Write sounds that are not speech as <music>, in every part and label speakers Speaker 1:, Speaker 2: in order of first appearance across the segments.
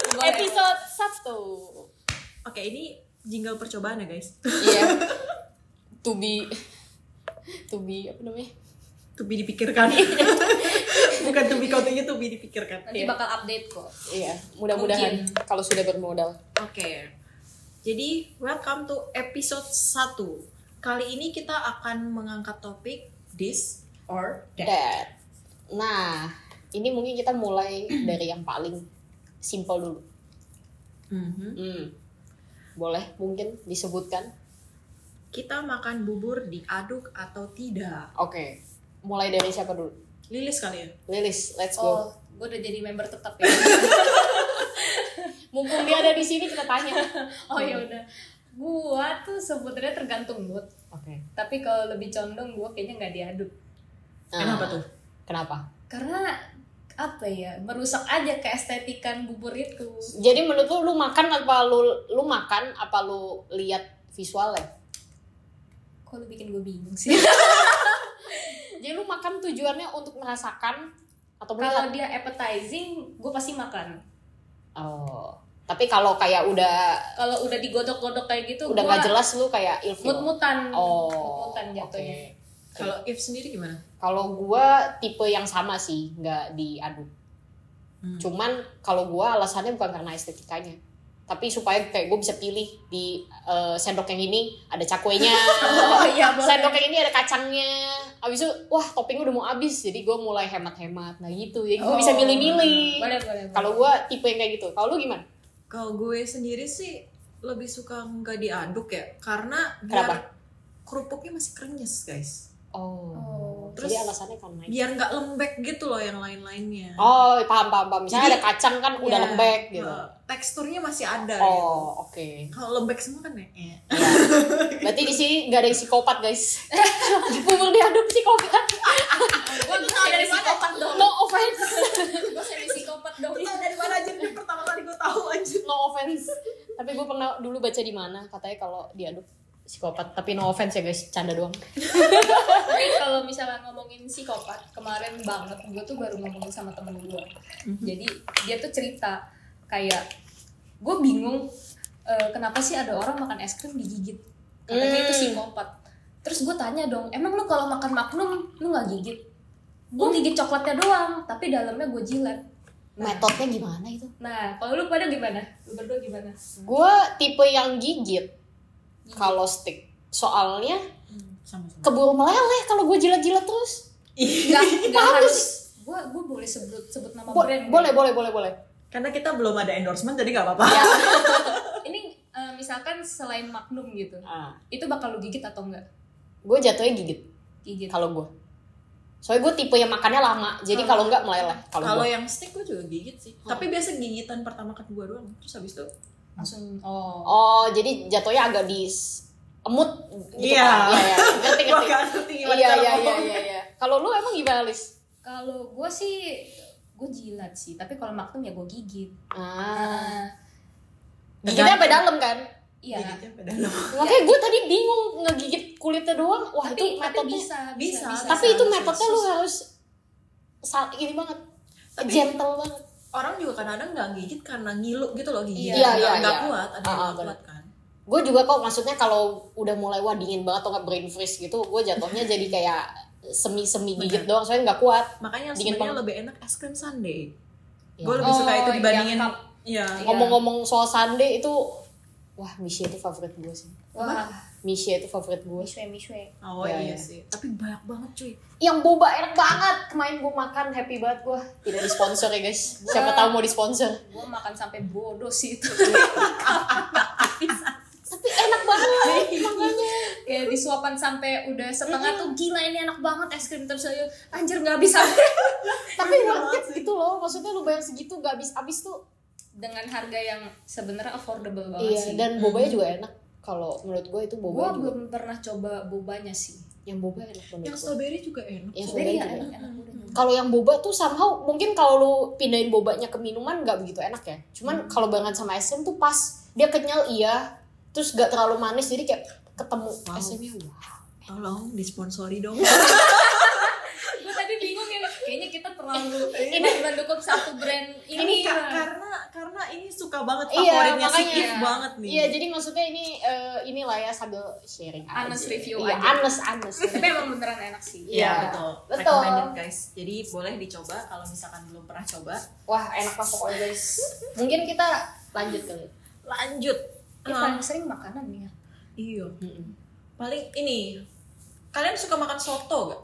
Speaker 1: episode Sabtu.
Speaker 2: <laughs> Oke, ini jingle percobaan ya, guys. <laughs>
Speaker 1: Iya. To be to be apa namanya?
Speaker 2: To be dipikirkan. Bukan to be continue, to be dipikirkan.
Speaker 3: Nanti
Speaker 1: Iya.
Speaker 3: bakal update kok.
Speaker 1: Iya, mudah-mudahan
Speaker 3: Mungkin.
Speaker 1: kalau sudah bermodal.
Speaker 2: Oke. Jadi, welcome to episode 1. Kali ini kita akan mengangkat topik this or that.
Speaker 1: Dad. Nah, ini mungkin kita mulai dari yang paling simpel dulu.
Speaker 2: Mhm.
Speaker 1: Hmm. Boleh mungkin disebutkan?
Speaker 2: Kita makan bubur diaduk atau tidak?
Speaker 1: Oke. Mulai dari siapa dulu?
Speaker 2: Lilis kali ya?
Speaker 1: Lilis, let's go.
Speaker 3: Oh, gue udah jadi member tetap ya.
Speaker 1: <laughs> Mumpung dia ada di sini kita tanya.
Speaker 3: oh ya udah. Gua tuh sebenarnya tergantung mood.
Speaker 1: Oke.
Speaker 3: Tapi kalau lebih condong gua kayaknya nggak diaduk.
Speaker 2: Kenapa tuh?
Speaker 1: Nah, Kenapa?
Speaker 3: Karena apa ya merusak aja keestetikan bubur itu
Speaker 1: Jadi menurut lu lu makan apa lu lu makan apa lu lihat ya? visualnya?
Speaker 3: kok lu bikin gue bingung
Speaker 1: <laughs>
Speaker 3: sih
Speaker 1: Jadi lu makan tujuannya untuk merasakan atau
Speaker 3: kalau dia
Speaker 1: melihat?
Speaker 3: appetizing gue pasti makan
Speaker 1: Oh. Tapi kalau kayak udah
Speaker 3: kalau udah digodok-godok kayak gitu
Speaker 1: udah
Speaker 3: gua
Speaker 1: nggak jelas lu kayak ilfil.
Speaker 3: mut-mutan
Speaker 1: Oh.
Speaker 3: mut-mutan jatuhnya
Speaker 1: oke.
Speaker 2: Kalau if sendiri gimana?
Speaker 1: Kalau gua tipe yang sama sih, nggak diaduk.
Speaker 2: Hmm.
Speaker 1: Cuman kalau gua alasannya bukan karena estetikanya, tapi supaya kayak gue bisa pilih di eh, sendok yang ini ada
Speaker 3: <laughs>
Speaker 1: cakwenya, <laughs>
Speaker 3: oh iya boleh
Speaker 1: sendok yang ini ada kacangnya. Abis itu wah topping udah mau habis, jadi gua mulai hemat-hemat. Nah gitu, jadi gue
Speaker 3: Oh.
Speaker 1: bisa milih-milih.
Speaker 3: boleh boleh boleh.
Speaker 1: Kalau gua tipe yang kayak gitu, kalau lu gimana?
Speaker 2: Kalau gue sendiri sih lebih suka nggak diaduk ya, karena
Speaker 1: Kenapa?
Speaker 2: biar kerupuknya masih krenyes guys.
Speaker 1: Oh.
Speaker 3: Oh.
Speaker 1: Terus
Speaker 2: Terus-
Speaker 1: jadi alasannya karena itu.
Speaker 2: Biar nggak lembek gitu loh yang lain-lainnya.
Speaker 1: Oh paham paham paham. Misalnya
Speaker 2: Jadi-
Speaker 1: ada kacang kan udah
Speaker 2: Ya,
Speaker 1: lembek gitu.
Speaker 2: eh, Teksturnya masih ada. gitu.
Speaker 1: Oh oke. Iya.
Speaker 2: Kalau lembek semua kan ya. eh.
Speaker 1: Berarti di sini nggak ada yang psikopat guys. <laughs> Bubur diaduk psikopat.
Speaker 3: gue tau dari psikopat <laughs> dong
Speaker 1: No offense.
Speaker 3: gue dari psikopat dong
Speaker 2: Tahu dari mana aja ini pertama kali gue tahu aja.
Speaker 1: No offense. Tapi gue pernah dulu baca di mana katanya kalau diaduk psikopat. Tapi no offense ya guys, canda doang.
Speaker 3: tapi kalau misalnya ngomongin psikopat kemarin banget gue tuh baru ngomongin sama temen gue
Speaker 1: Mhm.
Speaker 3: jadi dia tuh cerita kayak gue bingung eh, kenapa sih ada orang makan es krim digigit katanya itu
Speaker 1: Hmm.
Speaker 3: psikopat terus gue tanya dong emang lu kalau makan maknum lu nggak gigit gue gigit coklatnya doang tapi dalamnya gue jilat nah,
Speaker 1: Metodenya gimana itu?
Speaker 3: nah kalau lu pada gimana lu berdua gimana
Speaker 1: Gue tipe yang gigit kalau stick. Soalnya
Speaker 2: Hmm, Sama-sama.
Speaker 1: keburu meleleh kalau gue jilat-jilat terus. <laughs>
Speaker 3: nggak nggak
Speaker 1: Bagus.
Speaker 3: harus gue gue boleh sebut sebut nama
Speaker 1: Bo-
Speaker 3: brand ya.
Speaker 1: boleh, boleh, boleh, boleh.
Speaker 2: Karena kita belum ada endorsement jadi nggak apa-apa.
Speaker 1: Ya.
Speaker 3: ini eh, misalkan selain magnum gitu
Speaker 1: Ah,
Speaker 3: itu bakal lu gigit atau enggak
Speaker 1: gue jatuhnya gigit
Speaker 3: gigit
Speaker 1: kalau gue. Soalnya gue tipe yang makannya lama. Jadi kalau nggak meleleh
Speaker 2: Kalau
Speaker 1: kalau gue.
Speaker 2: yang stick gue juga gigit sih. Tapi biasa gigitan pertama kedua doang. Terus habis itu
Speaker 3: langsung oh,
Speaker 1: Oh, jadi jatuhnya agak di emut gitu
Speaker 2: Iya.
Speaker 1: kan? Iya, iya. Ngerti,
Speaker 2: <laughs> Gua
Speaker 1: ngerti.
Speaker 2: nggak ngerti gimana
Speaker 1: iya
Speaker 2: cara
Speaker 1: iya iya
Speaker 2: ngomong.
Speaker 1: iya iya kalau lu emang gimana Lis
Speaker 3: kalau gue sih gue jilat sih tapi kalau magnum ya gue gigit
Speaker 1: ah
Speaker 3: Ah,
Speaker 1: gigitnya sampai dalam kan
Speaker 3: iya
Speaker 2: Gigitnya pada lo.
Speaker 1: makanya gue tadi bingung ngegigit kulitnya doang wah
Speaker 3: tapi,
Speaker 1: itu
Speaker 3: tapi
Speaker 1: metodenya
Speaker 3: bisa, bisa,
Speaker 2: bisa,
Speaker 3: bisa
Speaker 1: tapi itu
Speaker 2: Susah,
Speaker 1: metodenya lu
Speaker 2: susah.
Speaker 1: harus sa- ini banget
Speaker 2: Tapi-
Speaker 1: gentle banget
Speaker 2: Orang juga kadang-kadang nggak gigit karena ngilu gitu loh gigi.
Speaker 3: Iya,
Speaker 2: Nggak-
Speaker 1: iya,
Speaker 2: nggak
Speaker 1: iya.
Speaker 2: kuat, ada yang
Speaker 1: Ah, ah,
Speaker 2: nggak
Speaker 1: benar.
Speaker 2: kuat kan.
Speaker 1: gue juga kok maksudnya kalau udah mulai wah dingin banget atau nggak brain freeze gitu gue jatuhnya jadi kayak semi semi gigit doang soalnya nggak kuat
Speaker 2: Makanya yang
Speaker 1: Dingin
Speaker 2: sebenarnya
Speaker 1: banget.
Speaker 2: lebih enak es krim sundae.
Speaker 1: Iya.
Speaker 2: Gue lebih suka
Speaker 3: Oh,
Speaker 2: itu dibandingin
Speaker 3: yang cup.
Speaker 2: Iya.
Speaker 3: Iya.
Speaker 1: ngomong-ngomong soal sundae itu wah Misha itu favorit gue sih
Speaker 3: wah
Speaker 1: Misha itu favorit gue
Speaker 3: miswe miswe
Speaker 2: Oh
Speaker 1: Iya, iya.
Speaker 2: iya, sih. Tapi banyak banget cuy.
Speaker 1: yang boba enak banget kemarin gue makan happy banget gue tidak disponsor ya guys siapa
Speaker 3: Wah.
Speaker 1: tahu mau disponsor
Speaker 3: <laughs> gue makan sampai bodoh sih itu
Speaker 1: <laughs> tapi enak
Speaker 3: <laughs>
Speaker 1: banget makanya
Speaker 3: Iya. kayak disuapan sampai udah setengah tuh gila ini enak banget es krim terus saya anjir nggak bisa <laughs>
Speaker 1: tapi worth it gitu loh maksudnya lu bayar segitu gak habis habis tuh
Speaker 3: dengan harga yang sebenarnya affordable banget
Speaker 1: iya
Speaker 3: sih
Speaker 1: dan bobanya juga enak kalau menurut gue itu
Speaker 3: gue
Speaker 1: boba juga.
Speaker 3: belum pernah coba bobanya sih
Speaker 1: yang boba enak menurut
Speaker 2: Yang
Speaker 1: gue
Speaker 2: strawberry juga enak.
Speaker 1: Yang
Speaker 2: kok.
Speaker 1: strawberry.
Speaker 3: Jadi ya
Speaker 1: juga.
Speaker 3: enak, enak, enak.
Speaker 1: kalau yang boba tuh somehow mungkin kalau lu pindahin bobanya ke minuman nggak begitu enak ya cuman kalau barengan sama esen tuh pas dia kenyal iya terus gak terlalu manis jadi kayak ketemu
Speaker 2: Wow.
Speaker 1: esennya wow
Speaker 2: Tolong disponsori dong.
Speaker 1: Iya.
Speaker 3: gue tadi bingung ya kayaknya kita terlalu ini cuma cukup satu brand ini,
Speaker 2: <laughs> Ini ka-
Speaker 3: Kak.
Speaker 2: karena karena ini suka banget
Speaker 1: Iya,
Speaker 2: favoritnya si
Speaker 1: makanya.
Speaker 2: If banget nih.
Speaker 1: Iya, jadi maksudnya ini eh, inilah ya sambil sharing. aja.
Speaker 3: Honest review
Speaker 1: Iya,
Speaker 3: aja.
Speaker 1: honest, honest.
Speaker 3: tapi emang beneran enak sih
Speaker 1: Iya.
Speaker 2: betul.
Speaker 1: Betul.
Speaker 2: Recommended guys. Jadi boleh dicoba kalau misalkan belum pernah coba.
Speaker 1: Wah, enak lah pokoknya guys. Mungkin kita lanjut kali.
Speaker 2: Lanjut.
Speaker 1: Iya,
Speaker 3: ya
Speaker 2: Eh,
Speaker 3: paling sering makanan nih ya
Speaker 2: iya. Paling ini kalian suka makan soto gak?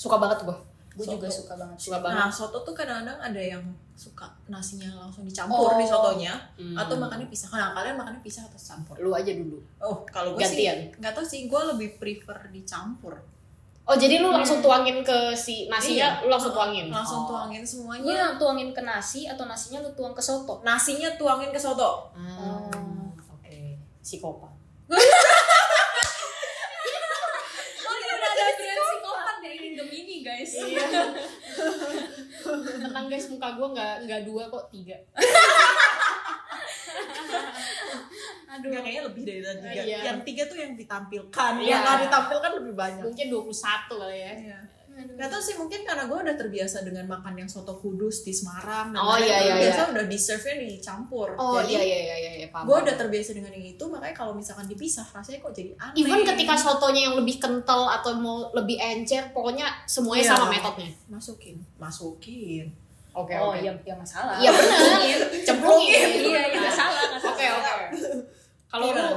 Speaker 1: Suka banget gua.
Speaker 3: gue
Speaker 1: Soto.
Speaker 3: juga suka banget
Speaker 1: Suka
Speaker 2: Nah,
Speaker 1: banget.
Speaker 2: soto tuh kadang-kadang ada yang suka nasinya langsung dicampur di
Speaker 3: Oh.
Speaker 2: sotonya
Speaker 1: Hmm.
Speaker 2: atau makannya pisah. Nah, kalian makannya pisah atau campur?
Speaker 1: Lu aja dulu.
Speaker 2: Oh, kalau gue sih
Speaker 1: Gantian.
Speaker 2: nggak tahu sih, gue lebih prefer dicampur.
Speaker 1: Oh, jadi lu langsung tuangin ke si nasinya,
Speaker 2: Iya.
Speaker 1: lu langsung tuangin.
Speaker 2: Langsung
Speaker 1: Oh.
Speaker 2: tuangin
Speaker 3: lu
Speaker 2: semuanya.
Speaker 3: yang tuangin ke nasi atau nasinya lu tuang ke
Speaker 2: Oh,
Speaker 3: soto
Speaker 2: Nasinya tuangin ke soto.
Speaker 3: Oh.
Speaker 1: Ah, Oke. Psikopat.
Speaker 3: oh ini udah ada brand psikopat dari Rindom ini guys
Speaker 1: Iya. <laughs> Tenang guys, muka gua nggak nggak dua kok tiga.
Speaker 3: aduh
Speaker 2: Enggak kayaknya lebih dari tadi tiga.
Speaker 1: Iya.
Speaker 2: Yang tiga tuh yang ditampilkan.
Speaker 1: Iya.
Speaker 2: Yang nggak ditampilkan lebih banyak.
Speaker 1: Mungkin 21 kali ya.
Speaker 2: Iya.
Speaker 3: Aduh.
Speaker 2: Gak tau sih mungkin karena gue udah terbiasa dengan makan yang soto kudus di Semarang. dan
Speaker 1: Oh,
Speaker 2: lain-lain.
Speaker 1: iya, iya,
Speaker 2: Biasa udah di serve-nya dicampur.
Speaker 1: Oh
Speaker 2: Jadi
Speaker 1: iya iya iya iya, iya paham.
Speaker 2: gue
Speaker 1: paham.
Speaker 2: udah terbiasa dengan yang itu makanya kalau misalkan dipisah rasanya kok jadi aneh
Speaker 1: Even ketika sotonya yang lebih kental atau mau lebih encer, pokoknya semuanya
Speaker 2: Iya.
Speaker 1: sama metodenya.
Speaker 2: masukin masukin
Speaker 1: Oke
Speaker 3: oh iya ya masalah
Speaker 1: Iya benar. Cemplungin.
Speaker 3: iya iya nggak salah nggak salah
Speaker 1: Oke oke. Kalau
Speaker 2: Iya.
Speaker 1: lu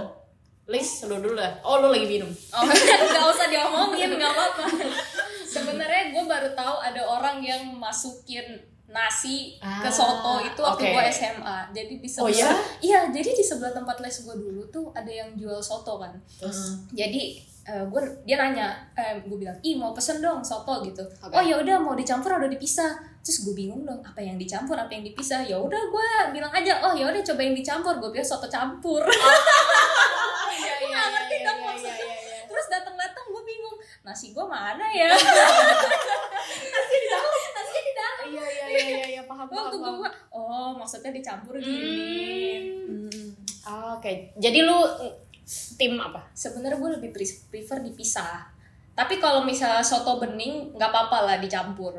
Speaker 1: Lis, lu dulu lah. Oh, lu lagi minum.
Speaker 3: Oh, <laughs> nggak usah diomongin, nggak apa-apa. Sebenarnya gue baru tahu ada orang yang masukin nasi ke
Speaker 1: Ah,
Speaker 3: soto itu waktu
Speaker 1: oke.
Speaker 3: gue SMA. Jadi di sebelah,
Speaker 1: Oh, ya?
Speaker 3: iya, jadi di sebelah tempat les gue dulu tuh ada yang jual soto kan.
Speaker 2: terus
Speaker 1: Hmm.
Speaker 3: Jadi gue dia nanya, gue bilang, ih mau pesen dong soto gitu.
Speaker 1: Oke.
Speaker 3: Oh ya udah mau dicampur atau dipisah. Terus gue bingung dong apa yang dicampur apa yang dipisah. Ya udah gue bilang aja, oh ya udah coba yang dicampur. Gue bilang soto campur. <laughs>
Speaker 1: Iya,
Speaker 3: Gua nggak ngerti dong maksudnya. terus datang datang gue bingung nasi gue mana ya <laughs> nasi di dalam nasi di dalam
Speaker 1: Iya, iya, iya, iya, iya, paham, paham.
Speaker 3: waktu
Speaker 1: paham.
Speaker 3: gue oh maksudnya dicampur gini
Speaker 1: Hmm. Ah, Oke, jadi lu mm, tim apa?
Speaker 3: sebenarnya gue lebih pre- prefer dipisah tapi kalau misalnya soto bening nggak apa-apa lah dicampur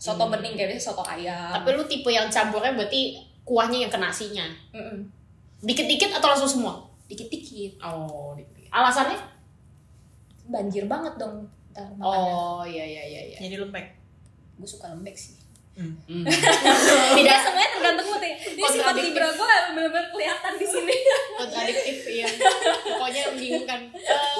Speaker 3: soto
Speaker 1: Hmm.
Speaker 3: bening kayak biasanya soto ayam
Speaker 1: Tapi lu tipe yang campurnya berarti kuahnya yang ke nasinya.
Speaker 3: Mm-mm.
Speaker 1: Dikit-dikit atau langsung semua?
Speaker 3: dikit-dikit
Speaker 1: Oh, dikit. Alasannya?
Speaker 3: banjir banget dong ntar makannya
Speaker 1: Oh, iya, iya, iya, iya.
Speaker 2: jadi lembek
Speaker 3: gue suka lembek sih <laughs>
Speaker 1: <laughs> Hmm.
Speaker 3: tidak semuanya tergantung mood ya. ini sifat
Speaker 1: Kontradiktif.
Speaker 3: libra gue benar-benar kelihatan di sini
Speaker 1: kontradiktif ya pokoknya membingungkan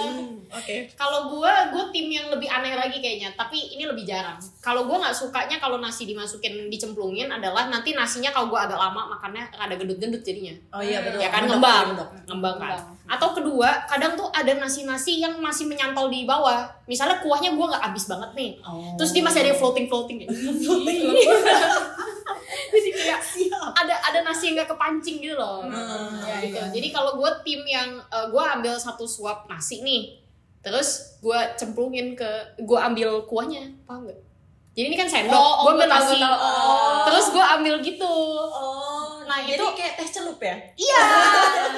Speaker 1: Eh,
Speaker 2: oke
Speaker 1: kalau gua gua tim yang lebih aneh lagi kayaknya tapi ini lebih jarang kalau gua nggak sukanya kalau nasi dimasukin dicemplungin adalah nanti nasinya kalau gua agak lama makannya rada gendut-gendut jadinya
Speaker 2: oh iya betul
Speaker 1: ya kan
Speaker 2: Mendok,
Speaker 1: ngembang
Speaker 2: mendok.
Speaker 1: ngembang kan
Speaker 3: Ngembang.
Speaker 1: atau kedua kadang tuh ada nasi-nasi yang masih menyantol di bawah misalnya kuahnya gua nggak habis banget nih
Speaker 2: Oh.
Speaker 1: terus dia masih ada yang floating floating gitu <laughs>
Speaker 3: Iya,
Speaker 1: jadi kayak ada ada nasi yang nggak kepancing gitu loh
Speaker 2: Hmm,
Speaker 1: Ya,
Speaker 3: iya,
Speaker 1: gitu.
Speaker 3: iya.
Speaker 1: jadi kalau gue tim yang gue ambil satu suap nasi nih terus gue cemplungin ke gue ambil kuahnya paham gak jadi ini kan sendok
Speaker 3: Oh, oh,
Speaker 1: gue
Speaker 3: gua
Speaker 1: ambil
Speaker 3: tahu,
Speaker 1: nasi
Speaker 3: gua tahu. Oh.
Speaker 1: terus gue ambil gitu
Speaker 2: <laughs> oh
Speaker 1: Nah,
Speaker 2: nah jadi
Speaker 1: itu-
Speaker 2: kayak teh celup ya
Speaker 1: iya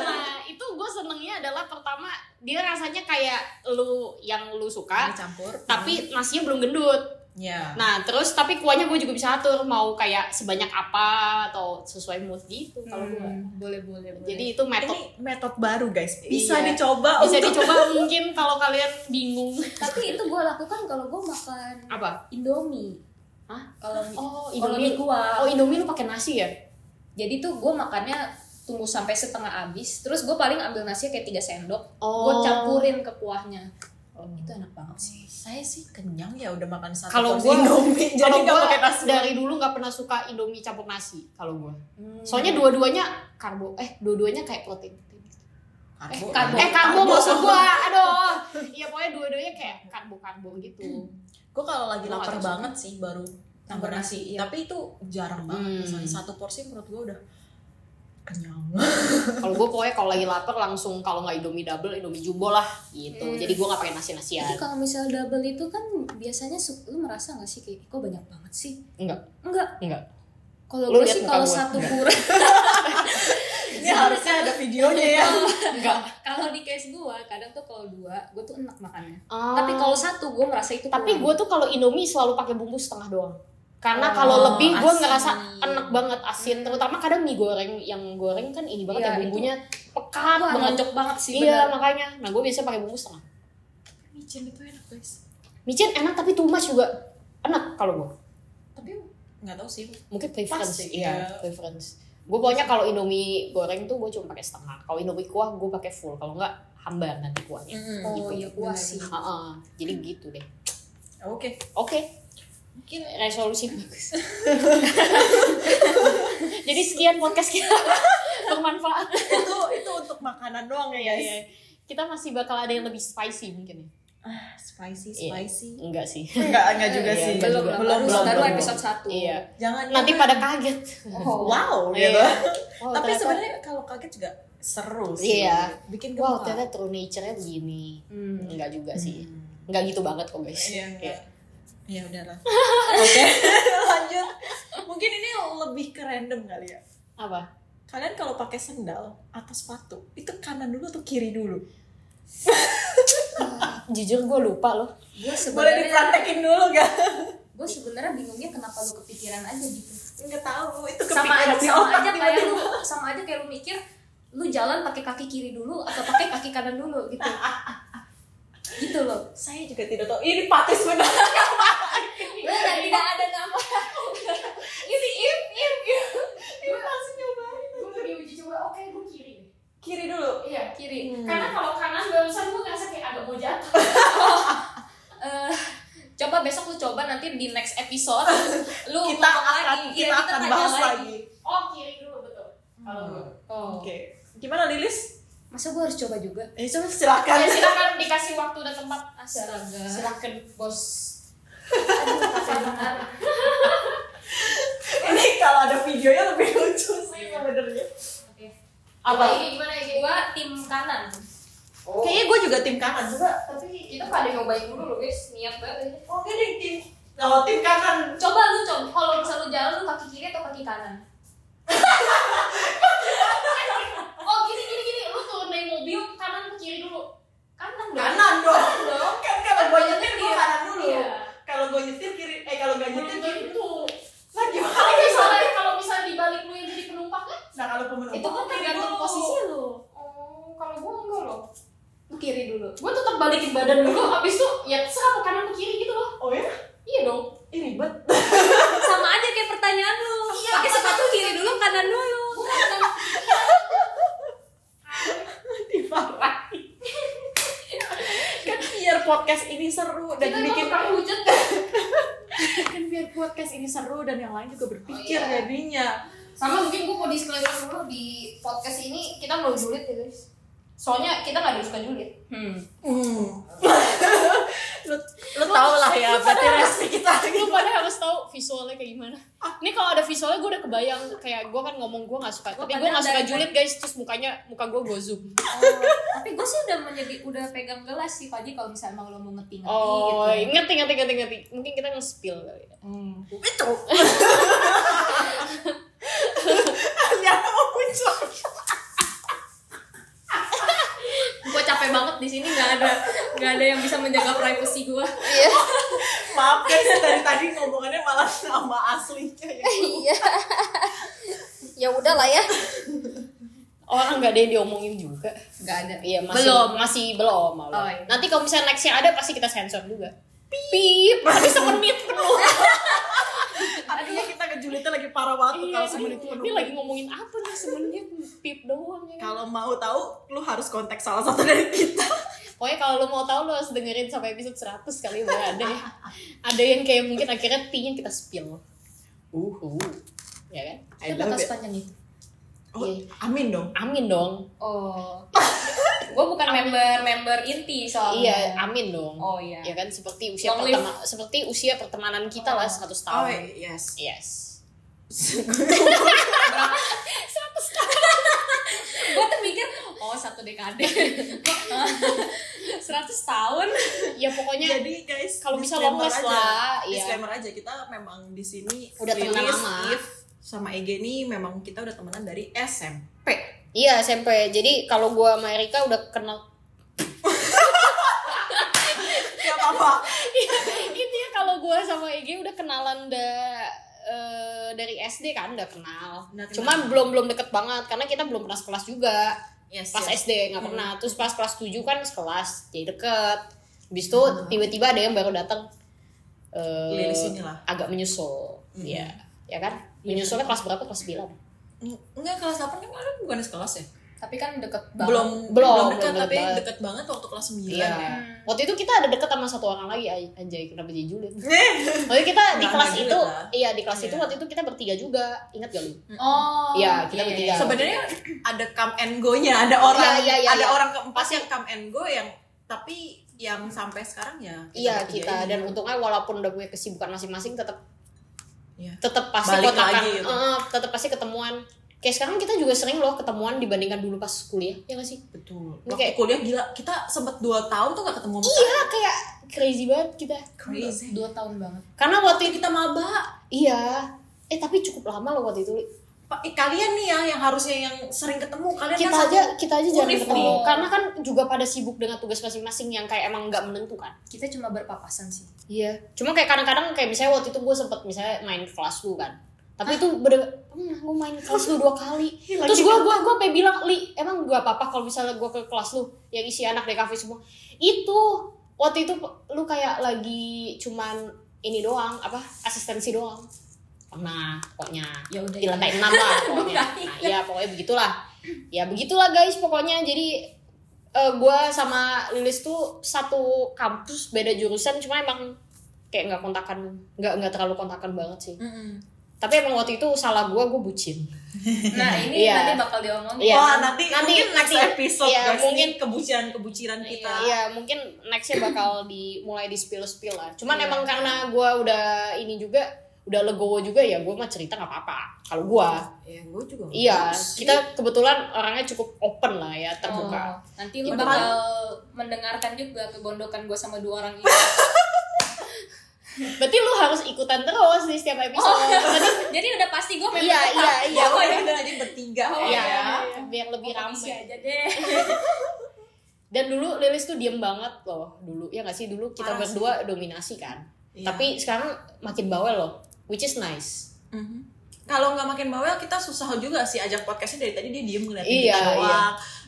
Speaker 1: nah itu gue senengnya adalah pertama dia rasanya kayak lu yang lu suka
Speaker 2: dicampur
Speaker 1: Ah,
Speaker 2: Hmm.
Speaker 1: tapi nasinya belum gendut
Speaker 2: ya
Speaker 1: Nah, terus tapi kuahnya gue juga bisa atur mau kayak sebanyak apa atau sesuai mood gitu kalau gue.
Speaker 3: boleh Hmm, boleh boleh
Speaker 1: Jadi itu metode
Speaker 2: ini metode baru guys bisa
Speaker 1: Iya.
Speaker 2: dicoba Oh.
Speaker 1: bisa
Speaker 2: untuk
Speaker 1: dicoba mungkin kalau kalian bingung
Speaker 3: tapi itu gue lakukan kalau gue makan
Speaker 1: apa?
Speaker 3: indomie
Speaker 1: Hah?
Speaker 3: kalau
Speaker 1: Oh,
Speaker 3: kalau mie
Speaker 1: Indomie.
Speaker 3: gua
Speaker 1: Oh, Indomie lu pakai nasi ya?
Speaker 3: jadi tuh gue makannya tunggu sampai setengah habis terus gue paling ambil nasi kayak tiga sendok
Speaker 1: Oh.
Speaker 3: gue
Speaker 1: <laughs>
Speaker 3: campurin ke kuahnya itu enak banget sih
Speaker 2: saya sih kenyang ya udah makan satu
Speaker 1: Kalau gua-
Speaker 2: porsi
Speaker 1: <laughs>
Speaker 2: indomie jadi
Speaker 1: Kalau
Speaker 2: nggak
Speaker 1: gue
Speaker 2: pakai nasi
Speaker 1: dari dulu nggak pernah suka Indomie campur nasi kalau gue.
Speaker 3: Hmm.
Speaker 1: Soalnya dua-duanya karbo, eh dua-duanya kayak protein. Eh, karbo, eh, karbo
Speaker 2: Karbo.
Speaker 1: maksud gue, aduh. Iya pokoknya dua-duanya kayak karbo-karbo gitu.
Speaker 2: gue kalau lagi
Speaker 1: Gua nggak
Speaker 2: lapar
Speaker 1: tahu
Speaker 2: banget sih baru
Speaker 3: Tambah
Speaker 2: tambah
Speaker 3: nasi,
Speaker 2: nasi
Speaker 3: iya.
Speaker 2: tapi itu jarang
Speaker 1: Hmm.
Speaker 2: banget misalnya satu porsi menurut gue udah
Speaker 1: <laughs>
Speaker 2: kenyang <laughs>
Speaker 1: kalau gue pokoknya kalau lagi lapar langsung kalau nggak indomie double indomie jumbo lah gitu
Speaker 3: Hmm.
Speaker 1: jadi gue nggak pakai nasi nasian
Speaker 3: Tapi kalau misal double itu kan biasanya su- lu merasa gak sih kayak kok banyak banget sih?
Speaker 1: enggak
Speaker 3: Enggak.
Speaker 1: enggak
Speaker 3: Kalau gue
Speaker 1: Lu lihat
Speaker 3: sih
Speaker 1: muka
Speaker 3: kalau
Speaker 1: gua.
Speaker 3: satu kurang. <laughs>
Speaker 2: ini Ya, harusnya ada videonya
Speaker 1: <laughs>
Speaker 2: ya
Speaker 1: enggak
Speaker 3: kalau di case gue kadang tuh kalau dua gue tuh enak makannya.
Speaker 1: Ah.
Speaker 3: Tapi kalau satu gue merasa itu
Speaker 1: tapi
Speaker 3: kurang.
Speaker 1: gue tuh kalau indomie selalu pakai bumbu setengah
Speaker 3: Ah,
Speaker 1: doang karena kalau
Speaker 2: Oh,
Speaker 1: lebih gue
Speaker 2: asin.
Speaker 1: ngerasa enak banget asin terutama kadang mie goreng yang goreng kan ini
Speaker 3: Iya,
Speaker 1: banget ya,
Speaker 3: itu.
Speaker 1: bumbunya pekat
Speaker 3: Wah,
Speaker 1: banget
Speaker 3: mengocok banget sih bener.
Speaker 1: iya makanya nah gue biasa pakai bumbu setengah
Speaker 2: micin itu enak guys
Speaker 1: micin enak tapi tumas juga enak kalau gue
Speaker 2: tapi nggak tahu sih
Speaker 1: mungkin preference
Speaker 2: Pasti,
Speaker 1: iya
Speaker 2: ya.
Speaker 1: preference gue pokoknya kalau indomie goreng tuh gue cuma pakai setengah kalau indomie kuah gue pakai full kalau enggak hambar nanti kuahnya
Speaker 3: oh
Speaker 1: Gitu.
Speaker 3: iya kuah sih
Speaker 1: Ah, ah. jadi gitu deh
Speaker 2: oke
Speaker 1: oke
Speaker 2: mungkin
Speaker 1: <laughs> resolusi bagus jadi sekian podcast <laughs> kita bermanfaat
Speaker 2: <laughs> itu itu untuk makanan
Speaker 1: Iya,
Speaker 2: doang ya guys
Speaker 1: kita masih bakal ada yang lebih spicy mungkin ya
Speaker 2: Ah, spicy
Speaker 1: Iya.
Speaker 2: spicy
Speaker 1: enggak sih
Speaker 2: enggak enggak juga
Speaker 3: Eh,
Speaker 1: Iya,
Speaker 2: sih
Speaker 3: belum lah,
Speaker 2: belum
Speaker 3: baru,
Speaker 2: belum,
Speaker 3: baru
Speaker 2: belum.
Speaker 3: episode 1
Speaker 1: iya
Speaker 2: jangan
Speaker 1: nanti
Speaker 2: jangan.
Speaker 1: pada kaget
Speaker 3: oh,
Speaker 2: wow
Speaker 1: Iya.
Speaker 2: gitu
Speaker 1: Wow,
Speaker 2: tapi
Speaker 1: ternyata-
Speaker 2: sebenarnya kalau kaget juga seru sih
Speaker 1: Iya.
Speaker 2: bikin
Speaker 1: wow
Speaker 2: gempa
Speaker 1: ternyata true nature-nya begini
Speaker 3: Hmm.
Speaker 1: enggak juga sih
Speaker 2: Hmm.
Speaker 1: enggak gitu banget kok guys Iya.
Speaker 2: Iya, enggak. Ya udahlah. Oke, <laughs> lanjut. Mungkin ini lebih ke random kali ya.
Speaker 1: apa
Speaker 2: Kalian kalau pakai sendal atau sepatu, itu kanan dulu atau kiri dulu?
Speaker 1: jujur gue lupa loh
Speaker 3: gue Iya,
Speaker 2: Boleh
Speaker 3: sebenarnya
Speaker 2: dipraktekin dulu gak?
Speaker 3: gue sebenarnya bingungnya kenapa lu kepikiran aja gitu
Speaker 2: Enggak tahu, itu
Speaker 3: sama aja
Speaker 2: kepikiran di
Speaker 3: sama
Speaker 2: otak
Speaker 3: aja kayak
Speaker 2: tiba-tiba.
Speaker 3: lu sama aja kayak lu mikir lu jalan pakai kaki kiri dulu atau pakai kaki kanan dulu gitu
Speaker 2: <laughs>
Speaker 3: gitu loh
Speaker 2: Saya juga tidak tahu. Ini patis benar.
Speaker 3: Benar, Iya, tidak ada nama <laughs> ini im im
Speaker 2: Ini pasti nyobain.
Speaker 4: gue lagi uji coba oke gue kiri
Speaker 2: Kiri dulu.
Speaker 4: iya kiri
Speaker 2: Hmm.
Speaker 4: karena kalau kanan barusan gue ngerasa kayak agak mau jatuh
Speaker 3: Eh, coba besok lu coba nanti di next
Speaker 2: <laughs>
Speaker 3: episode lu
Speaker 2: Kita
Speaker 3: ngomong
Speaker 2: akan
Speaker 3: lagi. Iya,
Speaker 2: kita akan
Speaker 3: tanya
Speaker 2: bahas lagi.
Speaker 4: oh kiri dulu betul Hmm. kalau gue
Speaker 3: oh
Speaker 2: Oke. Gimana Lilis?
Speaker 3: masa gue harus coba juga
Speaker 2: Eh, coba
Speaker 4: ya
Speaker 2: silakan.
Speaker 4: silakan dikasih waktu dan tempat
Speaker 3: astaga
Speaker 1: silakan bos
Speaker 2: <laughs> ini kalau ada videonya lebih lucu sih sebenarnya.
Speaker 1: apa
Speaker 4: ini gimana ya
Speaker 3: gue tim kanan
Speaker 2: Kayaknya gue juga tim kanan juga.
Speaker 3: tapi kita pada nyobain dulu loh guys niat banget
Speaker 2: Oke deh tim. Kalau tim kanan
Speaker 3: coba lu coba kalau misalnya lu jalan lu kaki kiri atau kaki kanan
Speaker 4: oh gini gini gini lu turun dari mobil kanan ke kiri dulu kan?
Speaker 3: kanan dong
Speaker 2: kanan dong
Speaker 3: dong
Speaker 2: kan kalau gue nyetir gue
Speaker 3: Iya.
Speaker 2: kanan dulu
Speaker 4: Iya.
Speaker 2: kalau gue nyetir kiri eh kalau gak
Speaker 4: belum
Speaker 2: nyetir kiri
Speaker 4: tentu
Speaker 2: lah gimana
Speaker 4: Gitu. kalau
Speaker 2: ya soalnya
Speaker 4: misalnya kalau misalnya dibalik lu yang jadi penumpang kan
Speaker 2: nah kalau pemenuh
Speaker 3: itu kan tergantung posisi lu
Speaker 4: oh kalau gue enggak loh
Speaker 3: lu kiri dulu
Speaker 4: gue tetap balikin badan dulu abis itu ya terserah mau kanan ke kiri gitu loh
Speaker 2: oh ya
Speaker 4: iya dong
Speaker 2: Ih, ribet
Speaker 3: sama aja kayak pertanyaan lu pakai sepatu kiri dulu kanan dulu
Speaker 2: dimarahin kan biar podcast ini seru dan
Speaker 4: kita emang
Speaker 2: bikin
Speaker 4: tukang hujat
Speaker 2: kan biar podcast ini seru dan yang lain juga berpikir
Speaker 3: Oh, iya.
Speaker 2: jadinya
Speaker 3: sama mungkin gua mau disclaimer dulu di podcast ini kita mau julid ya guys soalnya kita nggak ada yang suka julid
Speaker 1: hmm.
Speaker 2: Hmm. lu, lu tau lah ya berarti resmi kita
Speaker 1: lu pada harus tahu visualnya kayak gimana ini kalau ada visualnya gue udah kebayang kayak gue kan ngomong gue nggak suka
Speaker 3: Gua
Speaker 1: tapi gue
Speaker 3: kadang
Speaker 1: nggak suka
Speaker 3: ada-
Speaker 1: julid guys terus mukanya muka gue gue zoom
Speaker 3: Oh, tapi gue sih udah menjadi udah pegang gelas sih Pak Ji kalau misalnya emang lo mau ngerti ngerti
Speaker 1: oh
Speaker 3: gitu
Speaker 1: ngerti ngerti ngerti ngerti mungkin kita nge-spill kali ya
Speaker 2: itu <laughs> Lihat mau muncul
Speaker 3: gue capek banget di sini nggak ada nggak ada yang bisa menjaga privacy gue
Speaker 2: Maaf guys, dari tadi ngomongannya malah nama aslinya ya.
Speaker 3: iya ya udah lah ya
Speaker 1: orang nggak ada yang diomongin juga
Speaker 3: nggak ada
Speaker 1: iya masih
Speaker 3: belum
Speaker 1: masih belum, belum.
Speaker 3: Oh, iya.
Speaker 1: nanti kalau misalnya nextnya ada pasti kita sensor juga pip habis semenit penuh
Speaker 2: Artinya kita kejulitnya lagi parah banget tuh
Speaker 1: Iya,
Speaker 2: kalau
Speaker 1: ini-
Speaker 2: semenit
Speaker 1: ini
Speaker 2: penuh.
Speaker 1: lagi ngomongin apa nih semenit pip doang ya
Speaker 2: Kalau mau tahu, lu harus kontak salah satu dari kita.
Speaker 1: Pokoknya kalau lo mau tahu lo harus dengerin sampai episode 100 kali baru ada ya. Ada yang kayak mungkin akhirnya T-nya kita spill. Uhu. Ya kan?
Speaker 2: I
Speaker 3: kita
Speaker 2: love
Speaker 3: bakal
Speaker 2: it.
Speaker 3: sepanjang itu
Speaker 2: Oh,
Speaker 1: Iya.
Speaker 2: amin dong.
Speaker 1: Amin dong.
Speaker 3: oh gue bukan member member inti soalnya
Speaker 1: Iya, amin dong.
Speaker 3: oh iya
Speaker 1: Ya kan seperti usia
Speaker 3: Long live.
Speaker 1: pertema- seperti usia pertemanan kita lah 100
Speaker 2: Oh
Speaker 1: tahun.
Speaker 2: yes.
Speaker 1: Yes.
Speaker 3: gue tuh mikir oh satu dekade seratus tahun
Speaker 1: Ya pokoknya
Speaker 2: Jadi guys,
Speaker 1: Kalau bisa
Speaker 2: disclaimer
Speaker 1: long last
Speaker 2: aja.
Speaker 1: lah, iya.
Speaker 2: Disclaimer aja kita memang di sini
Speaker 1: Udah temenan
Speaker 2: release
Speaker 1: lama.
Speaker 2: if sama EG ini memang kita udah temenan dari SMP.
Speaker 1: iya SMP. Jadi kalau gua sama Erika udah kenal
Speaker 2: Ya apa?
Speaker 1: Iya, intinya ya kalau gue kalau sama IG udah kenalan da, eh, dari SD kan udah kenal.
Speaker 2: Udah kenal.
Speaker 1: Cuman belum belum deket banget karena kita belum pernah sekelas juga.
Speaker 2: Yes,
Speaker 1: Pas
Speaker 2: yes. Hmm.
Speaker 1: SD nggak pernah. Terus pas kelas 7 kan sekelas jadi deket. Habis itu tiba-tiba ada yang baru datang eh,
Speaker 2: Hmm. Lilis inilah. Iya.
Speaker 1: agak menyusul.
Speaker 2: Mhm.
Speaker 1: Iya. Ya kan? Menyusulnya kelas berapa? Kelas 9.
Speaker 2: Eng- Enggak kelas 8 kan kalian bukan sekelas ya?
Speaker 3: Tapi kan deket banget.
Speaker 2: Belum
Speaker 1: Belum, belum
Speaker 2: dekat
Speaker 1: deket
Speaker 2: tapi
Speaker 1: banget.
Speaker 2: dekat banget waktu kelas 9
Speaker 1: Iya.
Speaker 2: ya.
Speaker 1: Waktu itu kita ada deket sama satu orang lagi Ay- anjay kenapa jadi
Speaker 2: <laughs>
Speaker 1: julid. Waktu kita di
Speaker 2: Nah,
Speaker 1: kelas
Speaker 2: julid
Speaker 1: itu,
Speaker 2: lah.
Speaker 1: iya di kelas
Speaker 2: Iya.
Speaker 1: itu waktu itu kita bertiga juga. Ingat gak lu?
Speaker 3: Oh.
Speaker 1: Iya, kita bertiga.
Speaker 2: Sebenarnya ada come and go-nya, ada orang
Speaker 1: Iya, iya, iya,
Speaker 2: ada
Speaker 1: iya.
Speaker 2: orang keempat
Speaker 1: Pasti-
Speaker 2: yang come and go yang tapi yang sampai sekarang ya
Speaker 1: Iya
Speaker 2: bertiga
Speaker 1: kita
Speaker 2: ini. ya.
Speaker 1: dan untungnya walaupun udah punya kesibukan masing-masing tetap
Speaker 2: Iya.
Speaker 1: tetap pasti
Speaker 2: Balik
Speaker 1: kontakan,
Speaker 2: lagi gitu.
Speaker 1: eh, tetap pasti ketemuan. Kayak sekarang kita juga sering loh ketemuan dibandingkan dulu pas kuliah, ya gak sih?
Speaker 2: betul.
Speaker 1: Ini
Speaker 2: Waktu
Speaker 1: kayak-
Speaker 2: kuliah gila, kita sempet 2 tahun tuh gak ketemu sama
Speaker 1: Iya kayak crazy banget kita.
Speaker 2: Crazy.
Speaker 3: Dua tahun banget.
Speaker 1: Karena waktu itu
Speaker 2: kita maba.
Speaker 1: iya, eh tapi cukup lama loh waktu itu. Li.
Speaker 2: Pa- eh, kalian nih ya yang harusnya yang sering ketemu kalian
Speaker 1: Kita
Speaker 2: kan
Speaker 1: aja
Speaker 2: satu-
Speaker 1: kita aja jarang
Speaker 2: univ
Speaker 1: ketemu
Speaker 3: nih.
Speaker 1: karena kan juga pada sibuk dengan tugas masing-masing yang kayak emang nggak menentukan.
Speaker 3: Kita cuma berpapasan sih.
Speaker 1: Iya. Cuma kayak kadang-kadang kayak misalnya waktu itu gue sempet misalnya main kelas lu kan. Tapi itu bener hmm, gue main kelas lu dua kali. Terus gue gue gue pengen bilang li emang gue apa apa kalau misalnya gue ke kelas lu yang isi anak di kafe semua itu waktu itu lu kayak lagi cuman ini doang apa asistensi doang pernah pokoknya
Speaker 3: Ya udah.
Speaker 1: di
Speaker 2: Iya.
Speaker 1: lantai enam <laughs> lah pokoknya nah, ya pokoknya begitulah ya begitulah guys pokoknya jadi eh, gua gue sama Lilis tuh satu kampus beda jurusan cuma emang kayak nggak kontakan nggak nggak terlalu kontakan banget sih
Speaker 3: <laughs>
Speaker 2: Mm-mm.
Speaker 1: tapi emang waktu itu salah gue gue bucin
Speaker 3: Nah ini
Speaker 1: Iya.
Speaker 3: nanti bakal diomongin.
Speaker 1: Iya.
Speaker 2: Wah, Oh, nanti,
Speaker 1: nanti-
Speaker 2: mungkin next
Speaker 1: nanti-
Speaker 2: episode
Speaker 1: iya,
Speaker 2: guys mungkin
Speaker 1: mungkin-
Speaker 2: kebucinan-kebucinan kita.
Speaker 1: Iya, mungkin nextnya bakal <clears throat> dimulai di spill spill lah. Cuman emang karena gue udah ini juga udah legowo juga ya gue mah cerita nggak apa-apa kalau gue
Speaker 2: Ya, gue juga.
Speaker 1: iya
Speaker 2: Terus,
Speaker 1: kita kebetulan orangnya cukup open lah ya terbuka
Speaker 3: Oh, nanti lu
Speaker 2: Iya,
Speaker 3: bakal mendengarkan juga kegondokan gue sama dua orang ini.
Speaker 1: berarti lu harus ikutan terus di setiap
Speaker 3: Oh,
Speaker 1: episode
Speaker 3: jadi udah pasti gue memang
Speaker 1: iya iya iya
Speaker 2: Ya, udah kita jadi bertiga.
Speaker 3: Oh,
Speaker 1: iya
Speaker 3: iya.
Speaker 1: biar lebih
Speaker 3: komisi
Speaker 1: ramai
Speaker 3: ya aja deh.
Speaker 1: dan dulu Lilis tuh diem banget loh dulu ya nggak sih dulu kita
Speaker 2: Parah sih.
Speaker 1: berdua dominasi kan
Speaker 2: Iya.
Speaker 1: tapi sekarang makin bawel loh which is nice
Speaker 2: Mhm. Kalau nggak makin bawel kita susah juga sih ajak podcastnya dari tadi dia diem ngeliatin
Speaker 1: Iya,
Speaker 2: kita
Speaker 1: iya.
Speaker 2: doang.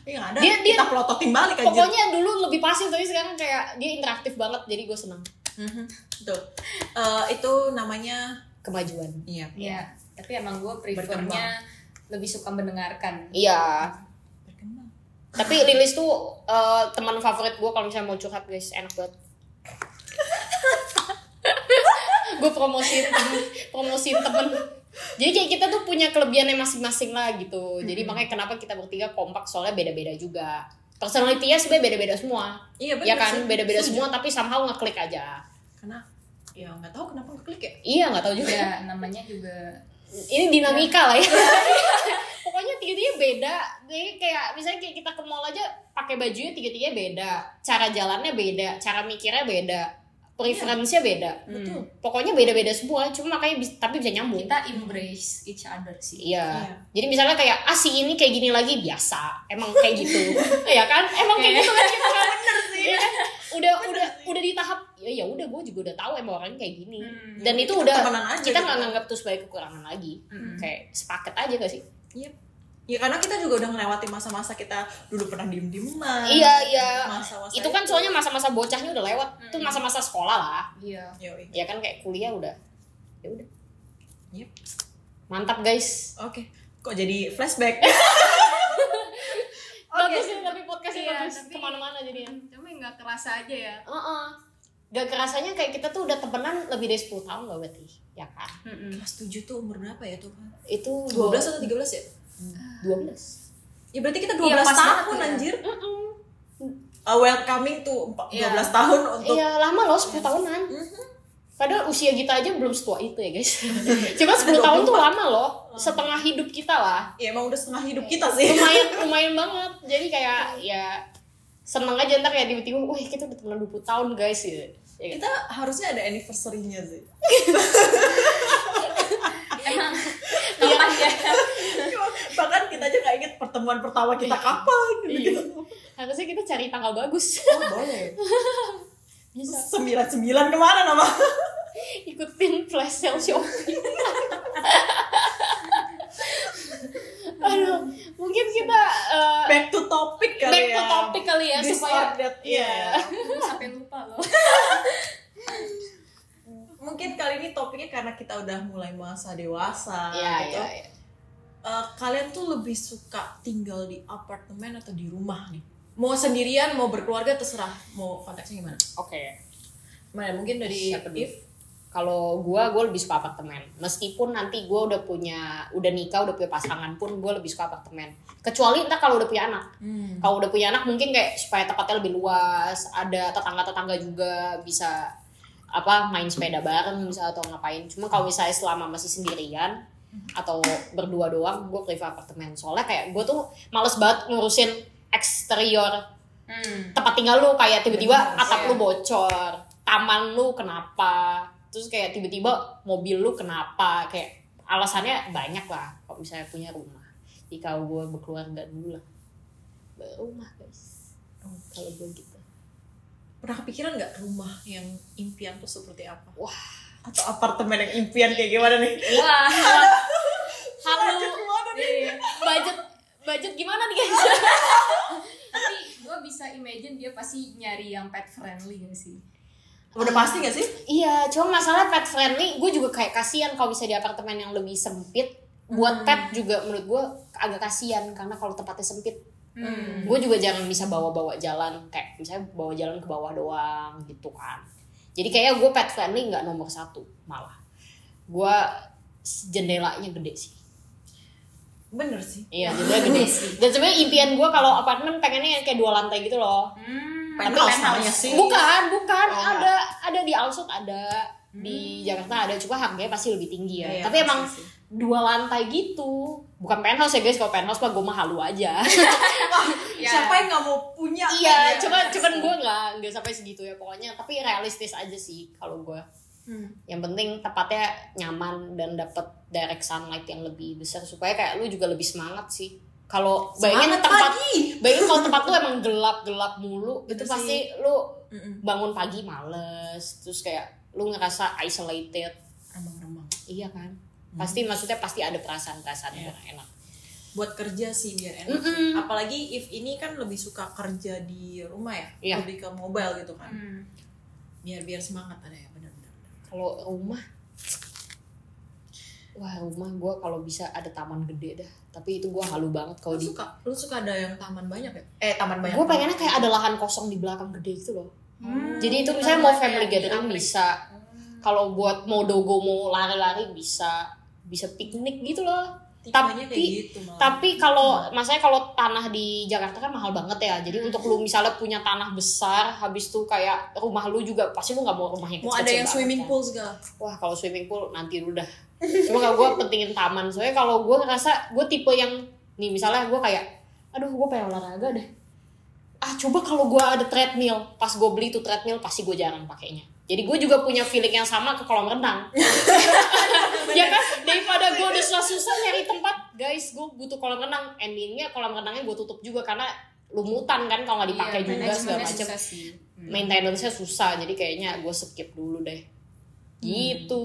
Speaker 2: Iya. nggak ada.
Speaker 1: Dia- dia-
Speaker 2: kita pelototin balik aja.
Speaker 1: pokoknya dulu lebih pasif tapi sekarang kayak dia interaktif banget jadi gue seneng
Speaker 2: Tuh. Mm-hmm. Eh, itu namanya
Speaker 1: kemajuan
Speaker 2: iya.
Speaker 3: Iya, tapi emang gue prefernya lebih suka mendengarkan.
Speaker 1: iya
Speaker 2: Berkembang.
Speaker 1: tapi Lilis tuh eh, teman favorit gue kalau misalnya mau curhat guys enak
Speaker 2: <laughs>
Speaker 1: banget gue promosiin temen, promosiin temen jadi kayak kita tuh punya kelebihannya masing-masing lah gitu jadi
Speaker 2: Hmm.
Speaker 1: makanya kenapa kita bertiga kompak soalnya beda-beda juga personality-nya sebenarnya beda-beda semua
Speaker 2: Iya benar.
Speaker 1: ya kan
Speaker 2: sih.
Speaker 1: beda-beda
Speaker 2: Setuju.
Speaker 1: semua tapi somehow ngeklik aja
Speaker 2: Karena ya nggak tahu kenapa ngeklik ya.
Speaker 1: iya nggak tahu juga
Speaker 3: Juga namanya juga
Speaker 1: ini dinamika lah ya <laughs> pokoknya tiga-tiganya beda jadi kayak misalnya kayak kita ke mall aja pakai bajunya tiga-tiganya beda cara jalannya beda cara mikirnya beda preferensinya beda
Speaker 2: Betul.
Speaker 1: pokoknya beda-beda semua cuma makanya bis- tapi bisa nyambung
Speaker 3: kita embrace each other sih.
Speaker 1: iya
Speaker 2: Iya.
Speaker 1: jadi misalnya kayak ah si ini kayak gini lagi biasa emang kayak <laughs> gitu ya kan emang kayak gitu kan kita kan <laughs> bener sih udah udah udah di tahap ya ya udah gue juga udah tahu emang orangnya kayak gini
Speaker 3: Hmm.
Speaker 1: dan itu
Speaker 2: Kita
Speaker 1: udah
Speaker 2: temenan aja
Speaker 1: kita
Speaker 2: gitu.
Speaker 1: nggak nganggap tuh sebagai kekurangan lagi
Speaker 3: Mm.
Speaker 1: kayak sepaket aja gak sih
Speaker 2: Iya. Ya karena kita juga udah melewati masa-masa kita dulu pernah diem-dieman.
Speaker 1: Iya, iya.
Speaker 2: Masa-masa
Speaker 1: itu kan soalnya masa-masa bocahnya udah lewat
Speaker 3: Hmm.
Speaker 1: itu masa-masa sekolah lah
Speaker 3: Iya.
Speaker 2: Yoi.
Speaker 1: ya kan kayak kuliah udah ya udah
Speaker 2: Yep.
Speaker 1: mantap guys
Speaker 2: Oke. Kok jadi flashback?
Speaker 1: Eh. bagus sih tapi podcastnya
Speaker 3: Iya,
Speaker 1: bagus
Speaker 3: tapi-
Speaker 1: kemana-mana jadinya
Speaker 3: Cuma nggak kerasa aja ya.
Speaker 1: Heeh. gak kerasanya kayak kita tuh udah temenan lebih dari 10 tahun gak berarti ya kan
Speaker 3: <laughs>
Speaker 2: Kelas 7 tuh umur berapa ya tuh?
Speaker 1: itu
Speaker 2: 12 atau 13 ya?
Speaker 1: 12
Speaker 2: Ya berarti kita 12
Speaker 3: Iya, pas
Speaker 2: tahun
Speaker 3: banget ya.
Speaker 2: anjir.
Speaker 1: Mm-mm.
Speaker 2: Uh, welcoming tuh empa- 12
Speaker 3: Iya.
Speaker 2: tahun untuk Mhm.
Speaker 1: iya lama loh 10 tahunan padahal usia kita aja belum setua itu ya <laughs> guys cuma 10 tahun tuh lama loh setengah hidup kita lah
Speaker 2: ya emang udah setengah hidup kita sih.
Speaker 1: lumayan lumayan banget jadi kayak ya seneng aja ntar ya tiba-tiba wah kita udah temenan 20 tahun guys gitu ya kan?
Speaker 2: Kita harusnya ada anniversary-nya sih.
Speaker 3: Emang kapan ya?
Speaker 2: <laughs> Bahkan kita aja gak inget pertemuan pertama kita
Speaker 1: Iya.
Speaker 2: kapan gitu.
Speaker 1: harusnya kita cari tanggal bagus
Speaker 2: Oh, boleh.
Speaker 1: <laughs> bisa
Speaker 2: 99 kemana nama?
Speaker 1: Ih, ngikutin flash sale Shopee. <laughs> Aduh, mungkin kita eh,
Speaker 2: back to topic kali
Speaker 1: back
Speaker 2: ya.
Speaker 1: to topic kali ya
Speaker 2: This
Speaker 1: supaya
Speaker 2: or that, iya.
Speaker 3: sampai lupa loh
Speaker 2: Mungkin kali ini topiknya karena kita udah mulai masa dewasa
Speaker 1: Iya,
Speaker 2: gitu.
Speaker 1: iya, iya.
Speaker 2: Eh, kalian tuh lebih suka tinggal di apartemen atau di rumah nih? Mau sendirian, mau berkeluarga terserah. Mau konteksnya gimana?
Speaker 1: Oke.
Speaker 2: Mana mungkin dari
Speaker 1: Siapa dulu?
Speaker 2: If?
Speaker 1: Kalau gua gua lebih suka apartemen. Meskipun nanti gua udah punya udah nikah, udah punya pasangan pun gua lebih suka apartemen. Kecuali entah kalau udah punya anak.
Speaker 2: Hmm.
Speaker 1: Kalau udah punya anak mungkin kayak supaya tempatnya lebih luas, ada tetangga-tetangga juga bisa apa main sepeda bareng misalnya atau ngapain. Cuma kalau misalnya selama masih sendirian atau berdua doang, gue prefer apartemen. Soalnya kayak gue tuh males banget ngurusin eksterior
Speaker 3: hmm.
Speaker 1: tempat tinggal lu kayak tiba-tiba
Speaker 2: Bener,
Speaker 1: atap
Speaker 3: iya.
Speaker 1: lu bocor, taman lu kenapa, terus kayak tiba-tiba mobil lu kenapa, kayak alasannya banyak lah kalau misalnya punya rumah. Jadi kalau gue berkeluarga dulu lah, berumah guys. Kalau gue gitu.
Speaker 2: Pernah kepikiran nggak rumah yang impian tuh seperti apa?
Speaker 1: Wah.
Speaker 2: Atau apartemen yang impian kayak gimana nih?
Speaker 1: Wah,
Speaker 2: <laughs> Lanjut
Speaker 1: halo
Speaker 2: gimana
Speaker 3: Iya,
Speaker 2: nih?
Speaker 1: budget budget gimana nih guys?
Speaker 3: tapi gue bisa imagine dia pasti nyari yang pet friendly gak sih
Speaker 2: Udah pasti nggak sih?
Speaker 1: Iya, cuma masalah pet friendly, gue juga kayak kasihan kalau bisa di apartemen yang lebih sempit. Buat pet juga menurut gue agak kasihan karena kalau tempatnya sempit,
Speaker 2: Hmm.
Speaker 1: gue juga jangan bisa bawa-bawa jalan kayak misalnya bawa jalan ke bawah doang gitu kan. Jadi kayaknya gue pet friendly nggak nomor satu malah. Gue jendelanya gede sih.
Speaker 2: Bener sih.
Speaker 1: Iya, jendelanya
Speaker 2: <laughs>
Speaker 1: gede sih. Dan sebenarnya impian gue kalau apartemen pengennya yang kayak dua lantai gitu loh.
Speaker 3: Hmm. Penthouse.
Speaker 2: Penthouse namanya sih.
Speaker 1: Bukan, bukan.
Speaker 2: Iya. Oh, enggak. Hmm.
Speaker 1: ada ada di Alsut ada di Jakarta ada cuma harganya pasti lebih tinggi ya.
Speaker 2: Iya,
Speaker 1: Tapi
Speaker 2: pasti
Speaker 1: emang
Speaker 2: sih.
Speaker 1: dua lantai gitu. Bukan penthouse ya guys, kalau penthouse mah gue mah halu aja. <laughs>
Speaker 2: <laughs>
Speaker 3: Ya.
Speaker 2: Siapa yang nggak mau punya?
Speaker 1: iya,
Speaker 2: kan, ya?
Speaker 1: cuman cuman gue nggak nggak sampai segitu ya pokoknya. Tapi realistis aja sih kalau gue.
Speaker 2: Hmm.
Speaker 1: Yang penting tempatnya nyaman dan dapet direct sunlight yang lebih besar supaya kayak lu juga lebih semangat sih. Kalau bayangin
Speaker 2: Semangat
Speaker 1: tempat
Speaker 2: pagi.
Speaker 1: bayangin kalau tempat lu emang gelap-gelap mulu itu
Speaker 2: Bener
Speaker 1: pasti lu
Speaker 2: Mm-mm.
Speaker 1: bangun pagi males terus kayak lu ngerasa isolated
Speaker 2: Remang-remang.
Speaker 1: iya kan pasti maksudnya pasti ada perasaan-perasaan
Speaker 2: Iya.
Speaker 1: yang enak
Speaker 2: Buat kerja sih biar enak. sih.
Speaker 1: Mm-mm.
Speaker 2: Apalagi if ini kan lebih suka kerja di rumah ya,
Speaker 1: Iya.
Speaker 2: lebih ke mobile gitu kan.
Speaker 3: Hmm.
Speaker 2: Biar biar semangat ada ya, benar-benar.
Speaker 1: kalau rumah wah rumah gua kalau bisa ada taman gede dah tapi itu gua halu banget kalau
Speaker 2: Lu
Speaker 1: di
Speaker 2: suka, lu suka ada yang taman banyak ya? Eh taman banyak.
Speaker 1: gue pengennya kayak ada lahan kosong di belakang gede gitu loh
Speaker 3: Hmm.
Speaker 1: jadi itu
Speaker 2: Taman
Speaker 1: misalnya mau
Speaker 2: banyak
Speaker 1: family
Speaker 2: di
Speaker 1: gathering
Speaker 2: Amrik.
Speaker 1: bisa kalau buat mau dogo mau lari-lari bisa bisa piknik gitu loh
Speaker 2: Tipenya kayak
Speaker 1: tapi-
Speaker 2: gitu malah.
Speaker 1: Tapi kalau maksudnya kalau tanah di Jakarta kan mahal banget ya. Jadi untuk lu misalnya punya tanah besar, habis tuh kayak rumah lu juga pasti lu nggak mau rumah yang
Speaker 2: mau
Speaker 1: kecil-kecil
Speaker 2: ada yang
Speaker 1: banget
Speaker 2: swimming
Speaker 1: kan.
Speaker 2: pool segala.
Speaker 1: Wah kalau swimming pool nanti dulu dah. Cuma kalau gue pentingin taman. Soalnya kalau gue ngerasa gue tipe yang nih misalnya gue kayak, aduh gue pengen olahraga deh. Ah coba kalau gue ada treadmill, pas gue beli tuh treadmill pasti gue jarang pakainya. Jadi gue juga punya feeling yang sama ke kolam
Speaker 3: <laughs>
Speaker 1: renang. <laughs> ya kan daripada gue udah susah-susah nyari tempat guys gue butuh kolam renang endingnya kolam renangnya gue tutup juga karena lumutan kan kalau nggak dipakai
Speaker 3: Iya,
Speaker 1: juga segala
Speaker 3: manajemennya
Speaker 1: macam
Speaker 3: susah sih. Hmm.
Speaker 1: maintenance-nya susah jadi kayaknya gue skip dulu deh
Speaker 3: Hmm.
Speaker 1: gitu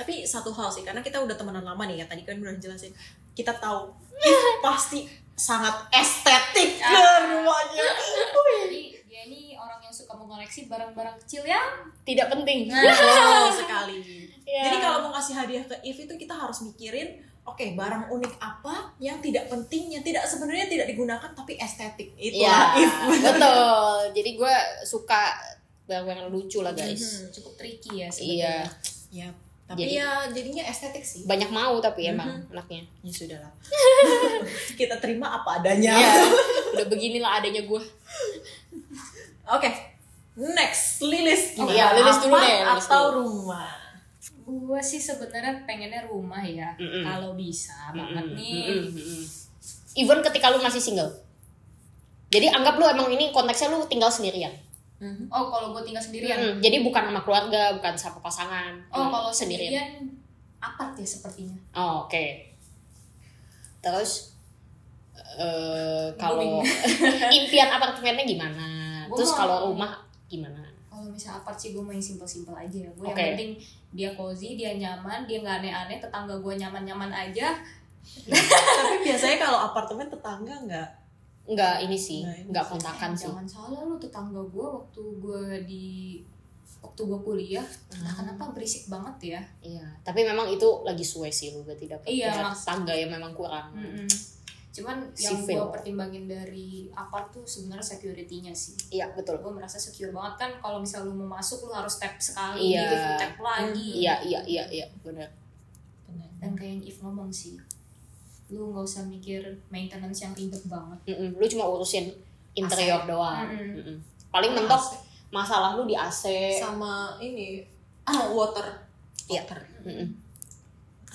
Speaker 2: Tapi satu hal sih, karena kita udah temenan lama nih ya. Tadi kan udah jelasin. Kita tahu
Speaker 1: <laughs>
Speaker 2: If pasti sangat estetik ya rumahnya.
Speaker 1: <laughs>
Speaker 3: Jadi dia ini orang yang suka mengoleksi barang-barang kecil ya.
Speaker 1: tidak penting
Speaker 3: Nah,
Speaker 2: Betul sekali.
Speaker 1: Iya.
Speaker 2: Jadi kalau mau kasih hadiah ke If itu kita harus mikirin, oke barang unik apa yang tidak penting, yang tidak sebenarnya tidak digunakan tapi estetik. Itulah
Speaker 1: <laughs> Iya,
Speaker 2: If.
Speaker 1: betul jadi gue suka barang-barang lucu lah guys
Speaker 3: Cukup tricky ya
Speaker 1: iya
Speaker 3: sebenarnya.
Speaker 2: Ya, tapi
Speaker 1: Jadi-
Speaker 2: ya jadinya estetik sih.
Speaker 1: banyak mau tapi
Speaker 3: Hmm.
Speaker 1: emang anaknya
Speaker 2: Ya sudahlah. <laughs> kita terima
Speaker 3: Ya.
Speaker 2: apa adanya.
Speaker 1: Iya, udah beginilah adanya gue
Speaker 2: Oke. Next, Lilis.
Speaker 1: Oh,
Speaker 2: gimana?
Speaker 1: iya, Lilis dulu
Speaker 2: Apa
Speaker 1: deh, Lilis
Speaker 2: Atau
Speaker 1: dulu.
Speaker 2: rumah.
Speaker 3: Gue sih sebenarnya pengennya rumah ya.
Speaker 1: Mm-mm.
Speaker 3: Kalau bisa banget nih.
Speaker 1: Nah, even ketika lu masih single jadi anggap lu emang ini konteksnya lu tinggal sendirian Mhm.
Speaker 3: Oh, kalau gue tinggal sendirian.
Speaker 1: Mm, jadi bukan sama keluarga bukan sama pasangan Hmm,
Speaker 3: Oh,
Speaker 1: Emang
Speaker 3: kalau sendirian apart ya sepertinya.
Speaker 1: Oh, oke terus eh, kalau
Speaker 3: Boring.
Speaker 1: <laughs> impian apartemennya gimana
Speaker 3: Gua
Speaker 1: terus
Speaker 3: mau-
Speaker 1: kalau rumah gimana
Speaker 3: kalau misalnya apart sih gue main simple-simple aja ya gue
Speaker 1: Oke.
Speaker 3: yang penting dia cozy dia nyaman dia nggak aneh-aneh tetangga gue nyaman-nyaman aja
Speaker 2: Tapi biasanya kalau apartemen tetangga nggak.
Speaker 1: nggak ini sih
Speaker 2: Nggak ini
Speaker 1: nggak
Speaker 2: sih.
Speaker 1: kontakan
Speaker 3: Eh,
Speaker 1: sih
Speaker 3: jangan salah lu tetangga gue waktu gue di waktu gue kuliah
Speaker 1: Hmm.
Speaker 3: entah kenapa berisik banget ya
Speaker 1: iya tapi memang itu lagi suwe sih lu berarti dapat
Speaker 3: Iya,
Speaker 1: pihak
Speaker 3: maksud-
Speaker 1: tangga yang memang kurang
Speaker 3: Mm-mm. cuman yang
Speaker 1: Sivil.
Speaker 3: gue pertimbangin dari apart tuh sebenarnya security-nya sih
Speaker 1: iya betul
Speaker 3: gue merasa secure banget kan kalau misal lu mau masuk lu harus tap sekali
Speaker 1: Iya.
Speaker 3: gitu tap lagi
Speaker 1: iya iya iya iya benar
Speaker 3: dan kayak yang If ngomong sih lu nggak usah mikir maintenance yang ribet banget Hmm.
Speaker 1: Mm-mm, lu cuma urusin interior
Speaker 3: AC.
Speaker 1: doang
Speaker 3: Mm-mm.
Speaker 1: Mm-mm. paling mentok masalah lu di AC
Speaker 2: Sama ini ah, water.
Speaker 1: Iya.
Speaker 2: Water.
Speaker 1: Mm-mm.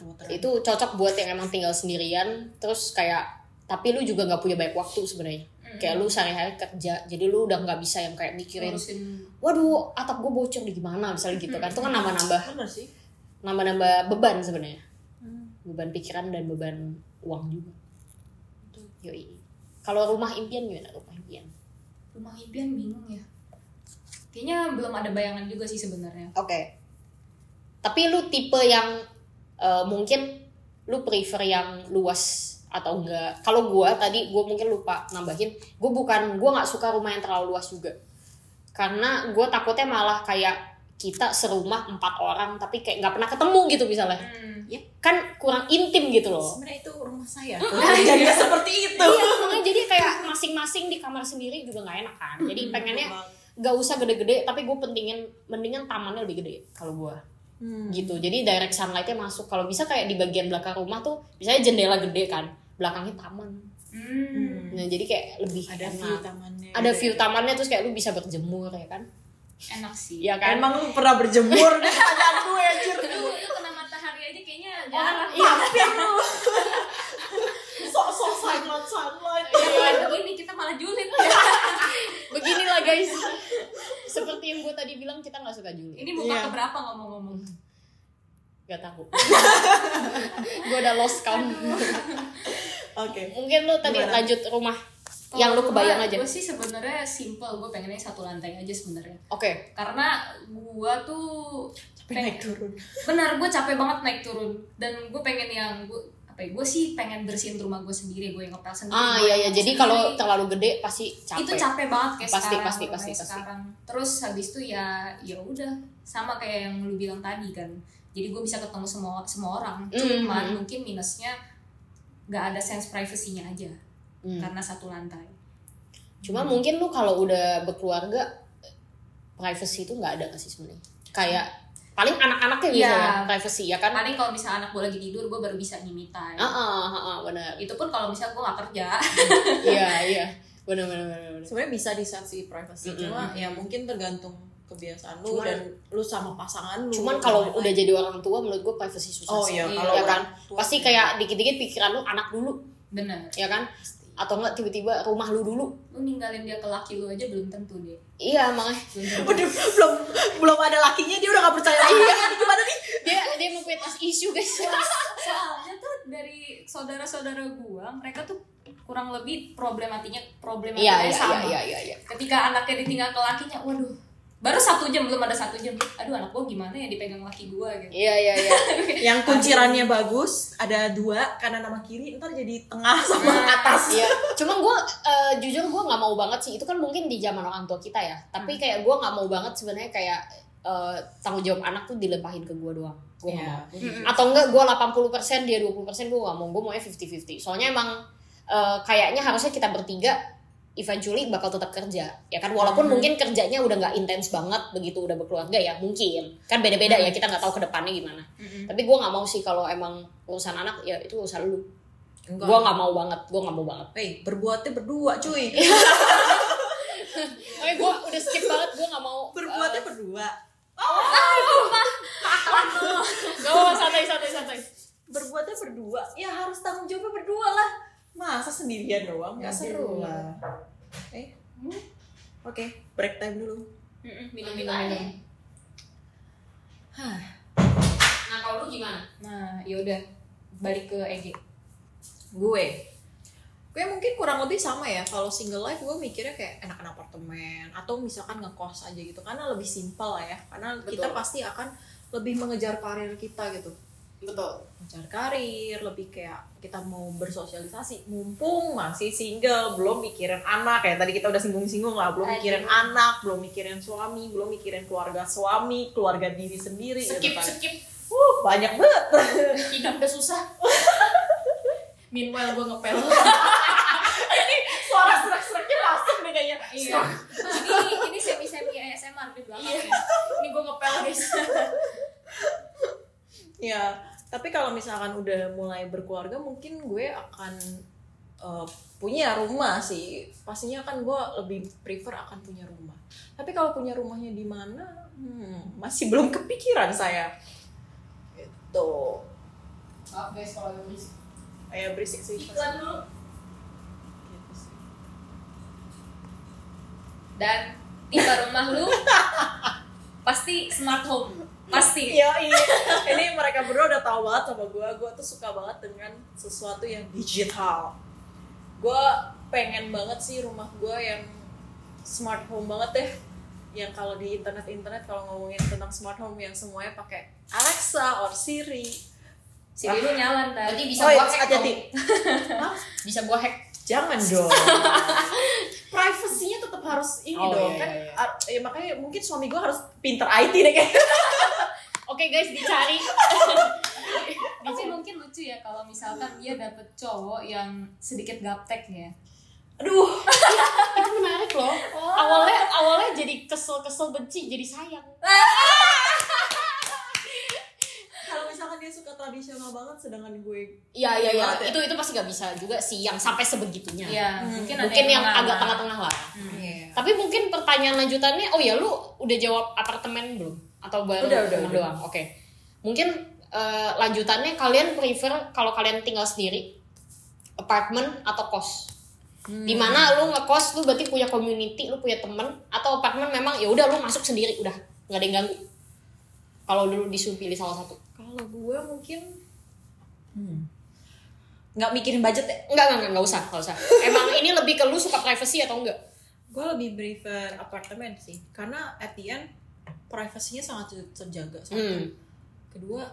Speaker 2: Water.
Speaker 1: itu cocok buat yang emang tinggal sendirian terus kayak tapi lu juga nggak punya banyak waktu sebenarnya Hmm. kayak lu sehari-hari kerja jadi lu udah nggak bisa yang kayak mikirin
Speaker 3: ngurusin
Speaker 1: waduh atap gue bocor di gimana misalnya gitu kan itu kan nambah-nambah
Speaker 2: Bener sih.
Speaker 1: nambah-nambah beban sebenarnya
Speaker 2: Hmm.
Speaker 1: beban pikiran dan beban uang juga yoi kalau rumah impian gimana rumah impian
Speaker 3: rumah impian bingung ya kayaknya belum ada bayangan juga sih sebenarnya
Speaker 1: Oke. Tapi lu tipe yang eh, mungkin lu prefer yang luas atau enggak? Kalau gua tadi gua mungkin lupa nambahin, gua bukan gua nggak suka rumah yang terlalu luas juga. Karena gua takutnya malah kayak kita serumah empat orang tapi kayak nggak pernah ketemu gitu misalnya. Ya, kan kurang intim gitu loh.
Speaker 2: Sebenarnya itu rumah
Speaker 1: <laughs>
Speaker 2: saya. Jadi seperti itu.
Speaker 1: Iya, makanya jadi kayak masing-masing di kamar sendiri juga nggak enak kan. Jadi pengennya nggak usah gede-gede, tapi gue pentingin mendingan tamannya lebih gede kalau gua.
Speaker 2: Hmm.
Speaker 1: gitu jadi direct sunlightnya masuk kalau bisa kayak di bagian belakang rumah tuh misalnya jendela gede kan belakangnya taman
Speaker 3: Hmm.
Speaker 1: nah jadi kayak lebih
Speaker 2: Ada
Speaker 1: enak.
Speaker 2: view tamannya.
Speaker 1: ada view tamannya terus kayak lu bisa berjemur ya kan
Speaker 3: enak sih
Speaker 1: Iya kan
Speaker 2: Emang lu pernah berjemur
Speaker 1: <laughs>
Speaker 2: di padang gue anjir.
Speaker 3: lu, lu kena matahari aja kayaknya
Speaker 1: Ah.
Speaker 4: Ya,
Speaker 3: jarang
Speaker 1: Iya.
Speaker 2: Mampir lu. Sok-sok sunlight sunlight.
Speaker 3: Aduh, ini kita malah julid
Speaker 1: beginilah guys <laughs> seperti yang gue tadi bilang kita nggak suka Juli
Speaker 3: ini buka
Speaker 2: Iya.
Speaker 3: keberapa ngomong-ngomong
Speaker 1: nggak tahu gue udah lost count
Speaker 2: Oke.
Speaker 1: mungkin lu tadi
Speaker 2: Gimana?
Speaker 1: lanjut rumah yang lu kebayang aja
Speaker 3: gue
Speaker 1: oke
Speaker 3: sih sebenarnya simple gue pengennya satu lantai aja sebenarnya karena gue tuh
Speaker 2: Naik turun.
Speaker 3: benar gue capek banget naik turun dan gue pengen yang gue apa ya gue sih pengen bersihin rumah gue sendiri gue yang ngepel sendiri gua
Speaker 1: ah iya
Speaker 3: yang
Speaker 1: iya
Speaker 3: ngomong
Speaker 1: jadi
Speaker 3: sendiri.
Speaker 1: kalau terlalu gede pasti capek
Speaker 3: itu capek banget kayak
Speaker 1: Pasti,
Speaker 3: sekarang
Speaker 1: pasti,
Speaker 3: rumahnya
Speaker 1: pasti, pasti.
Speaker 3: sekarang terus habis itu ya ya udah sama kayak yang lu bilang tadi kan jadi gue bisa ketemu semua semua orang cuman
Speaker 1: Mm.
Speaker 3: mungkin minusnya nggak ada sense privasinya aja
Speaker 1: Hmm.
Speaker 3: karena satu lantai
Speaker 1: Cuma mungkin lu kalau udah berkeluarga eh, privacy itu nggak ada nggak sih sebenarnya? Kayak paling anak-anaknya bisa
Speaker 3: Iya.
Speaker 1: ya privacy ya kan?
Speaker 3: paling kalau misalnya anak gue lagi tidur gue baru bisa nyimitai
Speaker 1: Ah, ah, ah, ah, benar.
Speaker 3: itu pun kalau misalnya gue nggak kerja <laughs>
Speaker 1: <laughs> Iya, iya. Benar, benar, benar. benar.
Speaker 2: Sebenarnya bisa di set sih privacy.
Speaker 1: Mm-mm.
Speaker 2: Cuma ya mungkin tergantung kebiasaan lu
Speaker 1: Cuman-
Speaker 2: dan lu sama pasangan lu.
Speaker 1: Cuman kalau
Speaker 2: Sama-
Speaker 1: udah jadi orang tua menurut gue privacy susah
Speaker 2: Oh
Speaker 1: sih.
Speaker 2: iya,
Speaker 3: Iya,
Speaker 2: kalau
Speaker 1: ya
Speaker 2: orang
Speaker 1: kan?
Speaker 2: tua-
Speaker 1: Pasti kayak dikit-dikit pikiran lu anak dulu,
Speaker 3: bener
Speaker 1: ya kan? Atau enggak tiba-tiba rumah lu dulu.
Speaker 3: lu ninggalin dia ke laki lu aja belum tentu deh
Speaker 1: Iya, makanya
Speaker 3: Belum tentu.
Speaker 2: <laughs> Waduh, belum belum ada lakinya dia udah gak percaya lagi kan gimana nih?
Speaker 1: dia dia mau create as issue guys.
Speaker 3: soalnya tuh dari saudara-saudara gua mereka tuh kurang lebih problematiknya
Speaker 1: Iya,
Speaker 3: problematikanya
Speaker 1: iya,
Speaker 3: sama
Speaker 1: iya, iya, iya, iya.
Speaker 3: ketika anaknya ditinggal ke lakinya waduh baru satu jam belum ada satu jam aduh anak gua gimana ya dipegang laki gua gitu
Speaker 1: Iya, iya, iya.
Speaker 2: Yang kuncirannya bagus, ada dua kanan sama kiri, ntar jadi tengah sama
Speaker 3: Nah,
Speaker 2: atas.
Speaker 1: Iya, cuma gue jujur gue nggak mau banget sih. Itu kan mungkin di zaman orang tua kita ya. Tapi kayak gue nggak mau banget sebenarnya kayak eh, tanggung jawab anak tuh dilempahin ke gue doang. Gue nggak mau. Atau enggak gue 80% dia 20% gue nggak mau. Gue maunya 50-50. Soalnya emang eh, kayaknya harusnya kita bertiga eventually bakal tetap kerja ya kan walaupun mungkin kerjanya udah nggak intens banget begitu udah berkeluarga ya mungkin kan beda-beda ya kita nggak tahu kedepannya gimana tapi gue nggak mau sih kalau emang urusan anak ya itu urusan lu gue nggak mau banget gue nggak mau banget
Speaker 2: Hey, Eh, berbuatnya berdua
Speaker 1: <laughs>
Speaker 2: cuy.
Speaker 1: Oke, gue udah skip banget, gue gak mau eh, Oh,
Speaker 2: Berbuatnya berdua.
Speaker 1: Gak mau, oh, santai, santai, santai
Speaker 2: Berbuatnya berdua. Ya harus tanggung jawabnya berdua lah. Masa sendirian doang? Gak seru lah. Eh, Oke, break time dulu.
Speaker 3: minum-minum aja
Speaker 1: Nah,
Speaker 3: ya
Speaker 1: kalau lu gimana?
Speaker 3: nah yaudah balik ke EG
Speaker 2: Gue. Gue mungkin kurang lebih sama ya kalau single life gue mikirnya kayak enakan apartemen atau misalkan ngekos aja gitu karena lebih simpel lah ya karena kita pasti akan lebih mengejar karir kita gitu
Speaker 1: betul
Speaker 2: mengejar karir lebih kayak kita mau bersosialisasi mumpung masih single belum mikirin anak ya tadi kita udah singgung-singgung lah belum mikirin anak belum mikirin suami belum mikirin keluarga suami keluarga diri sendiri gitu
Speaker 4: skip
Speaker 2: kan.
Speaker 4: skip
Speaker 2: Uh, banyak banget
Speaker 4: hidup udah susah
Speaker 3: <laughs>
Speaker 4: meanwhile gue <laughs> ngepel
Speaker 2: suara serak-seraknya masuk deh kayaknya
Speaker 3: Iya. Ini ini semi-semi ASMR di belakang. ya.
Speaker 4: ini gue ngepel guys
Speaker 2: ya tapi kalau misalkan udah mulai berkeluarga mungkin gue akan eh, punya rumah sih pastinya kan gue lebih prefer akan punya rumah tapi kalau punya rumahnya di mana hmm, masih belum kepikiran saya gitu
Speaker 4: maaf guys kalau ada berisik
Speaker 2: kayak berisik sih
Speaker 4: iklan dulu
Speaker 2: Gitu sih.
Speaker 3: Dan tipe rumah lu pasti smart home. Pasti.
Speaker 2: Iya, iya. Ini mereka berdua udah tahu banget sama gue. Gue tuh suka banget dengan sesuatu yang digital. Gue pengen banget sih rumah gue yang smart home banget deh. Yang kalau di internet-internet kalau ngomongin tentang smart home yang semuanya pakai Alexa or Siri.
Speaker 3: Siri lu nyala ntar.
Speaker 4: berarti bisa
Speaker 2: Oh,
Speaker 4: gua
Speaker 2: iya,
Speaker 4: hack
Speaker 2: hati-hati.
Speaker 4: dong. bisa gua hack
Speaker 2: <laughs> Jangan dong. Privasinya tetap harus ini
Speaker 1: Oh, iya,
Speaker 2: dong kan.
Speaker 1: iya, iya.
Speaker 2: ar- Ya, makanya mungkin suami gue harus pinter IT deh kayaknya.
Speaker 1: oke guys <laughs> dicari
Speaker 3: Tapi mungkin lucu ya kalau misalkan dia dapet cowok yang sedikit gaptek ya.
Speaker 2: Aduh,
Speaker 1: itu menarik loh awalnya awalnya jadi kesel kesel benci jadi sayang
Speaker 2: kalau misalkan dia suka tradisional banget sedangkan gue
Speaker 1: iya iya iya
Speaker 2: Banget ya.
Speaker 1: itu itu pasti nggak bisa juga sih yang sampai sebegitunya
Speaker 3: Iya,
Speaker 2: Hmm.
Speaker 3: mungkin ada
Speaker 1: mungkin yang Iya.
Speaker 3: mengalah.
Speaker 1: agak tengah-tengah lah
Speaker 3: Hmm.
Speaker 2: Iya.
Speaker 1: tapi mungkin pertanyaan lanjutannya oh ya lu udah jawab apartemen belum atau baru
Speaker 2: Udah, udah,
Speaker 1: rumah
Speaker 2: udah.
Speaker 1: doang oke mungkin eh, lanjutannya kalian prefer kalau kalian tinggal sendiri apartemen atau kos
Speaker 2: Hmm.
Speaker 1: dimana lu ngekos lu berarti punya community lu punya temen atau apartemen memang ya udah lu masuk sendiri udah nggak ada yang ganggu kalau dulu disuruh pilih salah satu
Speaker 2: Kalau gue mungkin nggak mikirin budget ya.
Speaker 1: enggak enggak enggak, enggak usah enggak
Speaker 2: <laughs>
Speaker 1: usah emang ini lebih ke lu suka privacy atau enggak
Speaker 2: Gue lebih prefer apartemen sih, karena at the end privasinya sangat ter- terjaga. satu.
Speaker 1: hmm
Speaker 2: Kedua,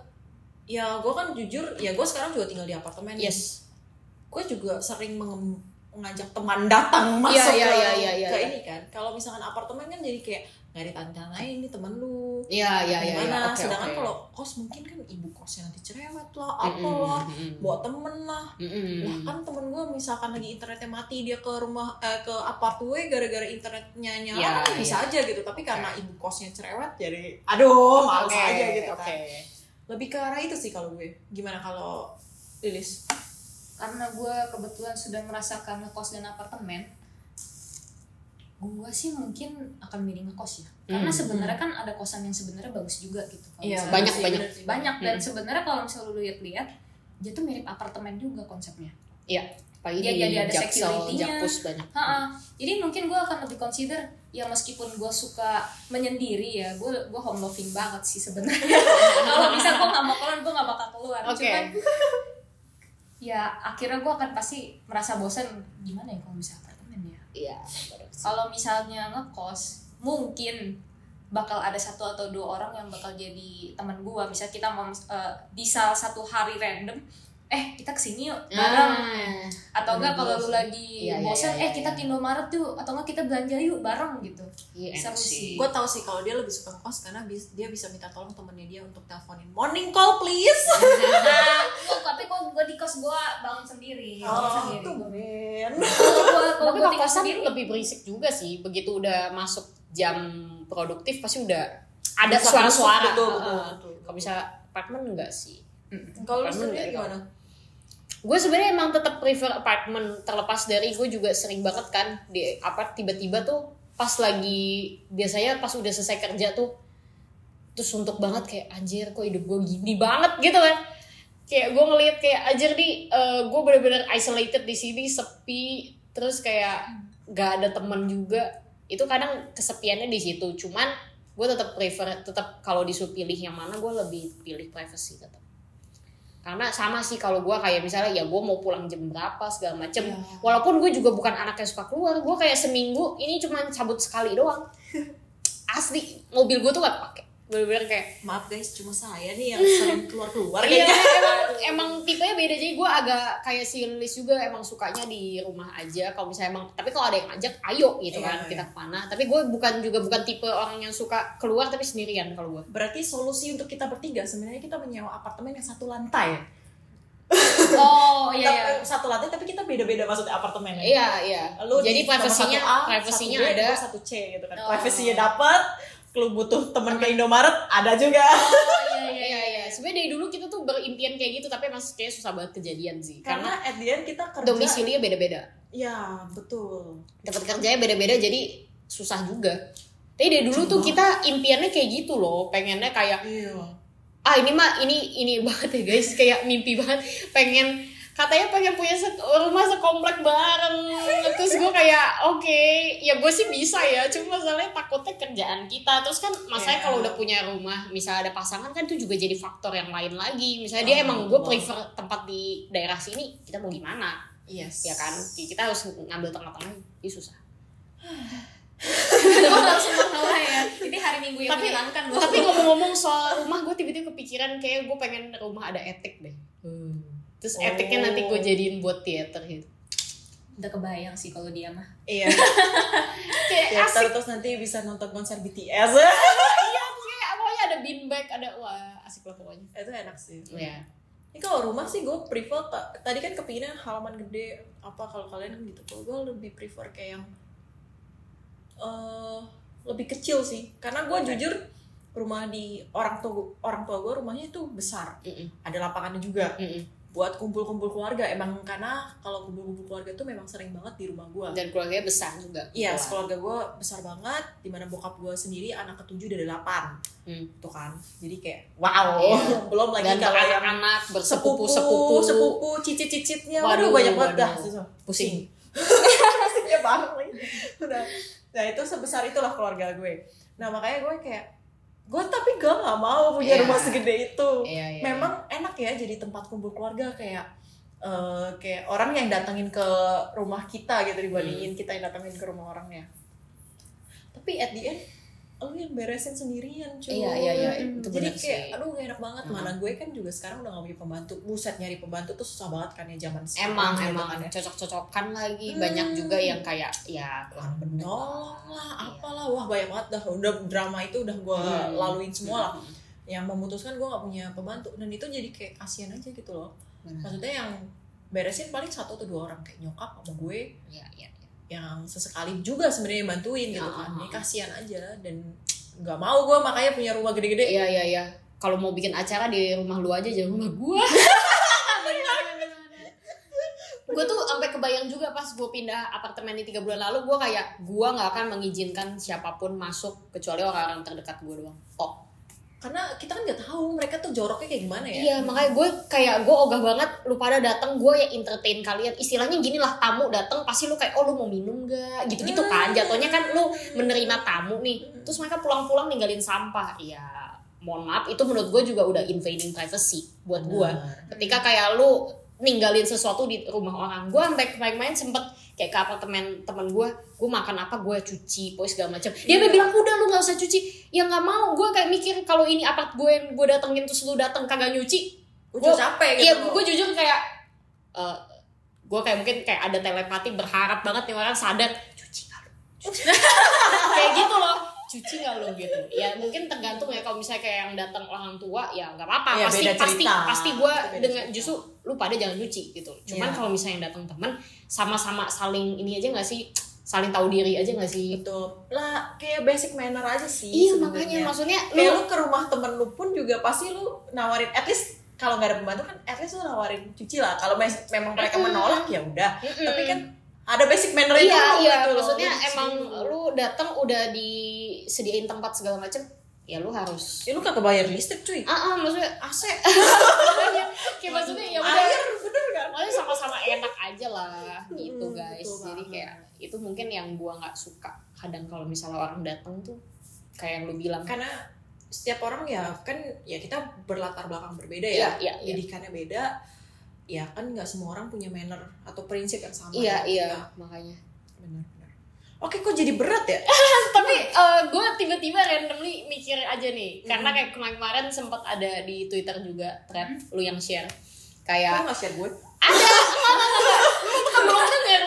Speaker 2: ya gue kan jujur, ya gue sekarang juga tinggal di apartemen.
Speaker 1: yes
Speaker 2: Gue juga sering mengem- mengajak teman datang masuk
Speaker 1: iya,
Speaker 2: ke,
Speaker 1: iya, iya, iya,
Speaker 2: ke
Speaker 1: iya.
Speaker 2: ini kan. Kalau misalkan apartemen kan jadi kayak nggak ditantangin ini temen lu.
Speaker 1: iya iya iya iya
Speaker 2: gimana.
Speaker 1: oke
Speaker 2: Sedangkan
Speaker 1: oke. hmm,
Speaker 2: kalau kos mungkin kan ibu kosnya nanti cerewet lah, apa
Speaker 1: Mm-mm,
Speaker 2: lah,
Speaker 1: mm-mm.
Speaker 2: bawa temen lah.
Speaker 1: Mm-mm.
Speaker 2: Lah kan temen gue misalkan lagi internetnya mati dia ke rumah eh, ke apart gue gara-gara internetnya nyala
Speaker 1: Ya,
Speaker 2: kan bisa
Speaker 1: ya.
Speaker 2: aja gitu tapi karena ibu kosnya cerewet jadi aduh
Speaker 1: Oke,
Speaker 2: males aja gitu
Speaker 1: oke.
Speaker 2: kan lebih ke arah itu sih kalau gue gimana kalau Lilis
Speaker 3: karena gue kebetulan sudah merasakan ngekos dan apartemen gue sih mungkin akan milih ngekos ya karena
Speaker 1: Hmm.
Speaker 3: sebenarnya kan ada kosan yang sebenarnya bagus juga gitu kalau
Speaker 2: Iya,
Speaker 3: misalnya-
Speaker 1: banyak,
Speaker 2: sih,
Speaker 1: banyak.
Speaker 2: bener sih.
Speaker 3: banyak dan
Speaker 1: Hmm.
Speaker 3: sebenarnya kalau misalnya lu lihat-lihat dia tuh mirip apartemen juga konsepnya
Speaker 1: Apalagi
Speaker 3: Iya,
Speaker 1: di
Speaker 3: jadi ada
Speaker 1: Jaksel,
Speaker 3: security-nya.
Speaker 1: Jakpus banyak.
Speaker 3: Ha-ha. jadi mungkin gue akan lebih consider ya meskipun gue suka menyendiri ya gue gue home loving banget sih sebenarnya <laughs> kalau bisa gue nggak mau keluar gue nggak bakal keluar
Speaker 1: Oke.
Speaker 3: cuman ya akhirnya gue akan pasti merasa bosan gimana ya kalau bisa apartemen ya
Speaker 1: Iya.
Speaker 3: kalau misalnya ngekos mungkin bakal ada satu atau dua orang yang bakal jadi teman gua misal kita mau eh, di salah satu hari random eh kita kesini yuk bareng
Speaker 1: Ah.
Speaker 3: atau enggak kalau lu
Speaker 1: sih.
Speaker 3: lagi
Speaker 1: Iya, iya,
Speaker 3: bosan
Speaker 1: iya,
Speaker 3: eh
Speaker 1: iya,
Speaker 3: kita
Speaker 1: iya.
Speaker 3: ke Indomaret yuk atau enggak kita belanja yuk bareng <laughs> gitu
Speaker 1: Iya,
Speaker 3: Seru
Speaker 1: enak
Speaker 3: sih.
Speaker 1: sih.
Speaker 2: gue tau sih kalau dia lebih suka kos karena bis- dia bisa minta tolong temennya dia untuk teleponin morning call please
Speaker 3: oh, tapi kok gua di kos gua bangun sendiri
Speaker 1: Iya,
Speaker 2: Oh.
Speaker 3: bangun sendiri
Speaker 2: tuh men
Speaker 3: kalau gua kalau
Speaker 1: Tapi
Speaker 3: gua
Speaker 1: kalau
Speaker 3: tinggal
Speaker 1: kosan
Speaker 3: sendiri
Speaker 1: lebih berisik juga sih. Begitu udah masuk jam produktif pasti udah ada
Speaker 2: Bisa
Speaker 1: suara-suara.
Speaker 2: masuk, betul,
Speaker 1: Heeh.
Speaker 2: betul, betul, betul.
Speaker 1: Kalau bisa apartemen enggak sih?
Speaker 2: kalau
Speaker 1: Apartemen
Speaker 2: lu sendiri
Speaker 1: nggak ya,
Speaker 2: gimana
Speaker 1: Gue sebenarnya emang tetap prefer apartemen terlepas dari gue juga sering banget kan di apart tiba-tiba tuh pas lagi biasanya pas udah selesai kerja tuh terus suntuk banget kayak anjir kok hidup gue gini banget gitu kan kayak gue ngeliat kayak anjir nih eh, gue bener-bener isolated di sini sepi terus kayak gak ada teman juga itu kadang kesepiannya di situ cuman gue tetap prefer tetap kalau disuruh pilih yang mana gue lebih pilih privacy tetap karena sama sih kalau gua kayak misalnya ya gua mau pulang jam berapa segala macem
Speaker 2: Iya.
Speaker 1: walaupun gue juga bukan anak yang suka keluar gua kayak seminggu ini cuma cabut sekali
Speaker 2: <laughs>
Speaker 1: doang asli mobil gua tuh gak pakai bener-bener kayak
Speaker 2: Maaf guys, cuma saya nih yang sering keluar-keluar
Speaker 1: Iya,
Speaker 2: kayaknya.
Speaker 1: emang, emang tipenya beda jadi gue agak kayak si Lilis juga emang sukanya di rumah aja kalau misalnya emang tapi kalau ada yang ajak ayo gitu
Speaker 2: Iya,
Speaker 1: kan
Speaker 2: iya.
Speaker 1: kita ke panah tapi gue bukan juga bukan tipe orang yang suka keluar tapi sendirian kalau gue
Speaker 2: Berarti solusi untuk kita bertiga sebenarnya kita menyewa apartemen yang satu lantai.
Speaker 3: oh iya iya
Speaker 2: Tapi- Satu lantai tapi kita beda-beda maksudnya apartemennya.
Speaker 1: iya iya
Speaker 2: Lu
Speaker 1: jadi
Speaker 2: di- sama
Speaker 1: privasinya
Speaker 2: satu A,
Speaker 1: privasinya
Speaker 2: satu B,
Speaker 1: ada
Speaker 2: gua satu C gitu kan.
Speaker 3: Oh.
Speaker 2: Privasinya dapat, lu butuh teman ke Indomaret ada
Speaker 1: <laughs>
Speaker 2: juga.
Speaker 3: iya iya
Speaker 1: iya iya sebenarnya dari dulu kita tuh berimpian kayak gitu tapi emang kayak susah banget kejadian sih karena,
Speaker 2: Karena at the end kita kerja.
Speaker 1: domisilinya beda-beda
Speaker 2: Ya, betul.
Speaker 1: dapat kerjanya beda-beda jadi susah juga tapi dari dulu tuh kita impiannya kayak gitu loh pengennya kayak
Speaker 2: Iya.
Speaker 1: ah ini mah ini <laughs> ini banget ya guys kayak mimpi banget pengen katanya pengen punya se- rumah sekomplek bareng terus gue kayak oke ya gue sih bisa ya cuma masalahnya takutnya kerjaan kita terus kan masalahnya
Speaker 2: Iya.
Speaker 1: kalau udah punya rumah misalnya ada pasangan kan itu juga jadi faktor yang lain lagi misalnya dia
Speaker 2: Oh,
Speaker 1: emang gue
Speaker 2: betul.
Speaker 1: prefer tempat di daerah sini kita mau gimana
Speaker 2: Yes.
Speaker 1: ya kan kita harus ngambil tengah-tengah ini susah
Speaker 3: gue langsung masalah ya ini hari minggu yang
Speaker 1: Tapi-
Speaker 3: menyenangkan loh
Speaker 1: tapi ngomong-ngomong soal rumah gue tiba-tiba kepikiran kayak gue pengen rumah ada etik deh terus
Speaker 2: Oh.
Speaker 1: etiknya nanti gue jadiin buat teater gitu
Speaker 3: udah kebayang sih kalau dia mah
Speaker 1: <laughs>
Speaker 2: Iya.
Speaker 1: kayak asik
Speaker 2: Teater terus nanti bisa nonton konser BTS.
Speaker 1: kayak pokoknya ada beanbag ada wah asik lah pokoknya
Speaker 2: <laughs> Itu enak sih.
Speaker 1: ya
Speaker 2: Ini kalau rumah sih gue prefer ta- tadi kan kepinginnya halaman gede apa kalau kalian kan gitu. Kalau gue lebih prefer kayak yang eh lebih kecil sih. Karena gue jujur rumah di orang tua orang tua gue rumahnya itu besar.
Speaker 1: Mm-mm.
Speaker 2: Ada lapangannya juga
Speaker 1: Mm-mm.
Speaker 2: buat kumpul-kumpul keluarga. Emang karena kalau kumpul-kumpul keluarga tuh memang sering banget di rumah gue.
Speaker 1: dan keluarganya besar juga
Speaker 2: Iya,
Speaker 1: Wah.
Speaker 2: keluarga gue besar banget. Dimana bokap gue sendiri anak ketujuh dari delapan,
Speaker 1: Hmm.
Speaker 2: tuh kan. Jadi kayak wow,
Speaker 1: Iya.
Speaker 2: <laughs> belum lagi
Speaker 1: dan
Speaker 2: kalau yang
Speaker 1: anak-anak bersepupu
Speaker 2: sepupu
Speaker 1: sepupu
Speaker 2: sepupu sepupu cicit cicitnya waduh,
Speaker 1: Waduh,
Speaker 2: banyak banget
Speaker 1: waduh.
Speaker 2: dah susah.
Speaker 1: pusing
Speaker 2: <laughs> Pusingnya banget lagi. udah nah itu sebesar itulah keluarga gue nah makanya gue kayak gue tapi gak nggak mau punya
Speaker 1: Iya.
Speaker 2: rumah segede itu
Speaker 1: iya iya
Speaker 2: memang enak ya jadi tempat kumpul keluarga kayak eh, kayak orang yang datengin ke rumah kita gitu
Speaker 1: Hmm.
Speaker 2: dibandingin kita yang datengin ke rumah orangnya tapi at the end lu yang beresin sendirian cuy
Speaker 1: iya iya iya itu benar
Speaker 2: jadi kayak
Speaker 1: sih
Speaker 2: aduh gak enak banget
Speaker 1: Hmm.
Speaker 2: mana gue kan juga sekarang udah gak punya pembantu buset nyari pembantu tuh susah banget kan ya zaman sekarang
Speaker 1: emang
Speaker 2: gitu
Speaker 1: emang
Speaker 2: kan ya.
Speaker 1: cocok-cocokan lagi
Speaker 2: Hmm.
Speaker 1: banyak juga yang kayak ya
Speaker 2: Orang
Speaker 1: kurang bener
Speaker 2: menolong lah
Speaker 1: Iya.
Speaker 2: apalah wah banyak banget dah udah drama itu udah gue
Speaker 1: Hmm.
Speaker 2: laluin semua lah yang memutuskan gue gak punya pembantu dan itu jadi kayak kasihan aja gitu loh
Speaker 1: Benar.
Speaker 2: maksudnya yang beresin paling satu atau dua orang kayak nyokap sama gue
Speaker 1: iya iya iya.
Speaker 2: yang sesekali juga sebenarnya bantuin gitu
Speaker 1: Ya,
Speaker 2: kan
Speaker 1: ah,
Speaker 2: ini
Speaker 1: ah.
Speaker 2: kasihan aja dan nggak mau gue makanya punya rumah gede-gede
Speaker 1: iya iya iya kalau mau bikin acara di rumah lu aja jangan rumah gua gue tuh sampai kebayang juga pas gue pindah apartemen di tiga bulan lalu gue kayak gue nggak akan mengizinkan siapapun masuk kecuali orang-orang terdekat gue doang oh
Speaker 2: karena kita kan nggak tahu mereka tuh joroknya kayak gimana ya
Speaker 1: iya makanya gue kayak gue ogah banget lu pada datang gue ya entertain kalian istilahnya gini lah tamu datang pasti lu kayak oh lu mau minum gak gitu gitu kan
Speaker 2: Hmm.
Speaker 1: jatuhnya kan lu menerima tamu nih terus mereka pulang-pulang ninggalin sampah ya mohon maaf itu menurut gue juga udah invading privacy
Speaker 2: Hmm.
Speaker 1: buat gue ketika kayak lu ninggalin sesuatu di rumah orang gue sampai kemarin-kemarin sempet kayak ke apartemen temen gue gue makan apa gue cuci pokoknya segala macam dia sampai bilang udah lu nggak usah cuci ya nggak mau gue kayak mikir kalau ini apart gue yang gue datengin terus lu dateng kagak nyuci
Speaker 2: gue capek gitu
Speaker 1: iya gue jujur kayak eh, gue kayak mungkin kayak ada telepati berharap banget nih orang sadar cuci nggak lu Cuci." <laughs> kayak gitu loh cuci nggak lu gitu ya mungkin tergantung ya kalau misalnya kayak yang datang orang tua ya nggak apa-apa
Speaker 2: Iya,
Speaker 1: pasti
Speaker 2: beda
Speaker 1: pasti
Speaker 2: cerita.
Speaker 1: pasti gue
Speaker 2: Itu beda
Speaker 1: dengan
Speaker 2: cerita.
Speaker 1: justru lu pada jangan cuci gitu cuman
Speaker 2: Iya.
Speaker 1: kalau misalnya yang datang teman sama-sama saling ini aja nggak sih saling tahu diri aja nggak sih
Speaker 2: betul Gitu. lah kayak basic manner aja sih
Speaker 1: iya
Speaker 2: sebenarnya.
Speaker 1: makanya maksudnya
Speaker 2: kayak
Speaker 1: lu
Speaker 2: lu ke rumah temen lu pun juga pasti lu nawarin at least kalau nggak ada pembantu kan at least lu nawarin cuci lah kalau mes- memang mereka menolak ya udah
Speaker 1: Mm-mm.
Speaker 2: tapi kan ada basic manner
Speaker 1: iya
Speaker 2: dulu
Speaker 1: iya
Speaker 2: gitu loh.
Speaker 1: maksudnya
Speaker 2: Lu cuci
Speaker 1: emang
Speaker 2: dulu.
Speaker 1: lu datang udah disediain tempat segala macem ya lu harus
Speaker 2: ya lu kagak bayar listrik cuy
Speaker 1: ah ah, maksudnya
Speaker 2: AC
Speaker 1: <laughs> makanya. kayak maksudnya ya udah
Speaker 2: air bener kan
Speaker 1: maksudnya sama-sama enak aja lah gitu
Speaker 2: Mm,
Speaker 1: guys
Speaker 2: betul
Speaker 1: jadi
Speaker 2: banget.
Speaker 1: kayak itu mungkin yang gua nggak suka kadang kalau misalnya orang datang tuh kayak yang lu bilang
Speaker 2: karena setiap orang ya kan ya kita berlatar belakang berbeda
Speaker 1: Iya,
Speaker 2: ya,
Speaker 1: iya, iya.
Speaker 2: pendidikannya beda, ya kan nggak semua orang punya manner atau prinsip yang sama.
Speaker 1: iya iya
Speaker 2: Ya,
Speaker 1: makanya
Speaker 2: benar-benar. Oke, kok jadi berat ya?
Speaker 1: Eh, tapi gue tiba-tiba randomly mikir aja nih karena kayak kemarin-kemarin sempat ada di twitter juga thread lu yang share
Speaker 2: Kok
Speaker 1: kayak
Speaker 2: nggak share gue?
Speaker 1: ada enggak enggak enggak lu bukan belum denger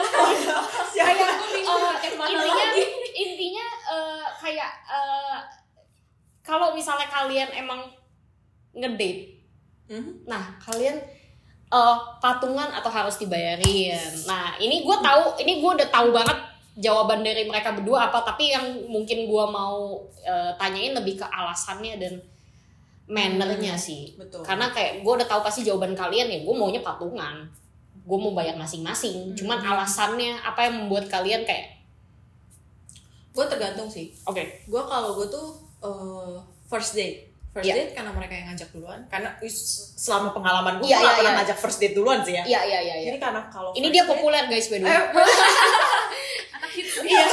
Speaker 2: Siapa?
Speaker 1: Oh, intinya intinya eh, kayak eh, kalau misalnya kalian emang ngedate
Speaker 2: Mhm.
Speaker 1: nah kalian eh, patungan atau harus dibayarin nah ini gue tahu ini gue udah tahu banget jawaban dari mereka berdua apa tapi yang mungkin gue mau eh, tanyain lebih ke alasannya dan mannernya sih
Speaker 2: Betul.
Speaker 1: karena kayak gue udah tahu pasti jawaban kalian ya gue maunya patungan gue mau bayar
Speaker 2: Hmm.
Speaker 1: masing-masing cuman alasannya apa yang membuat kalian kayak
Speaker 2: gue tergantung sih.
Speaker 1: oke
Speaker 2: gue kalau gue tuh eh, first date first
Speaker 1: Iya.
Speaker 2: date karena mereka yang ngajak duluan karena is- selama pengalaman gue
Speaker 1: Iya,
Speaker 2: yeah,
Speaker 1: iya,
Speaker 2: pernah
Speaker 1: iya.
Speaker 2: ngajak first date duluan sih ya
Speaker 1: iya iya iya iya
Speaker 2: jadi karena kalau
Speaker 1: ini
Speaker 2: first
Speaker 1: dia
Speaker 2: date-
Speaker 1: populer guys by the way
Speaker 2: Eh, gue-
Speaker 1: iya <laughs>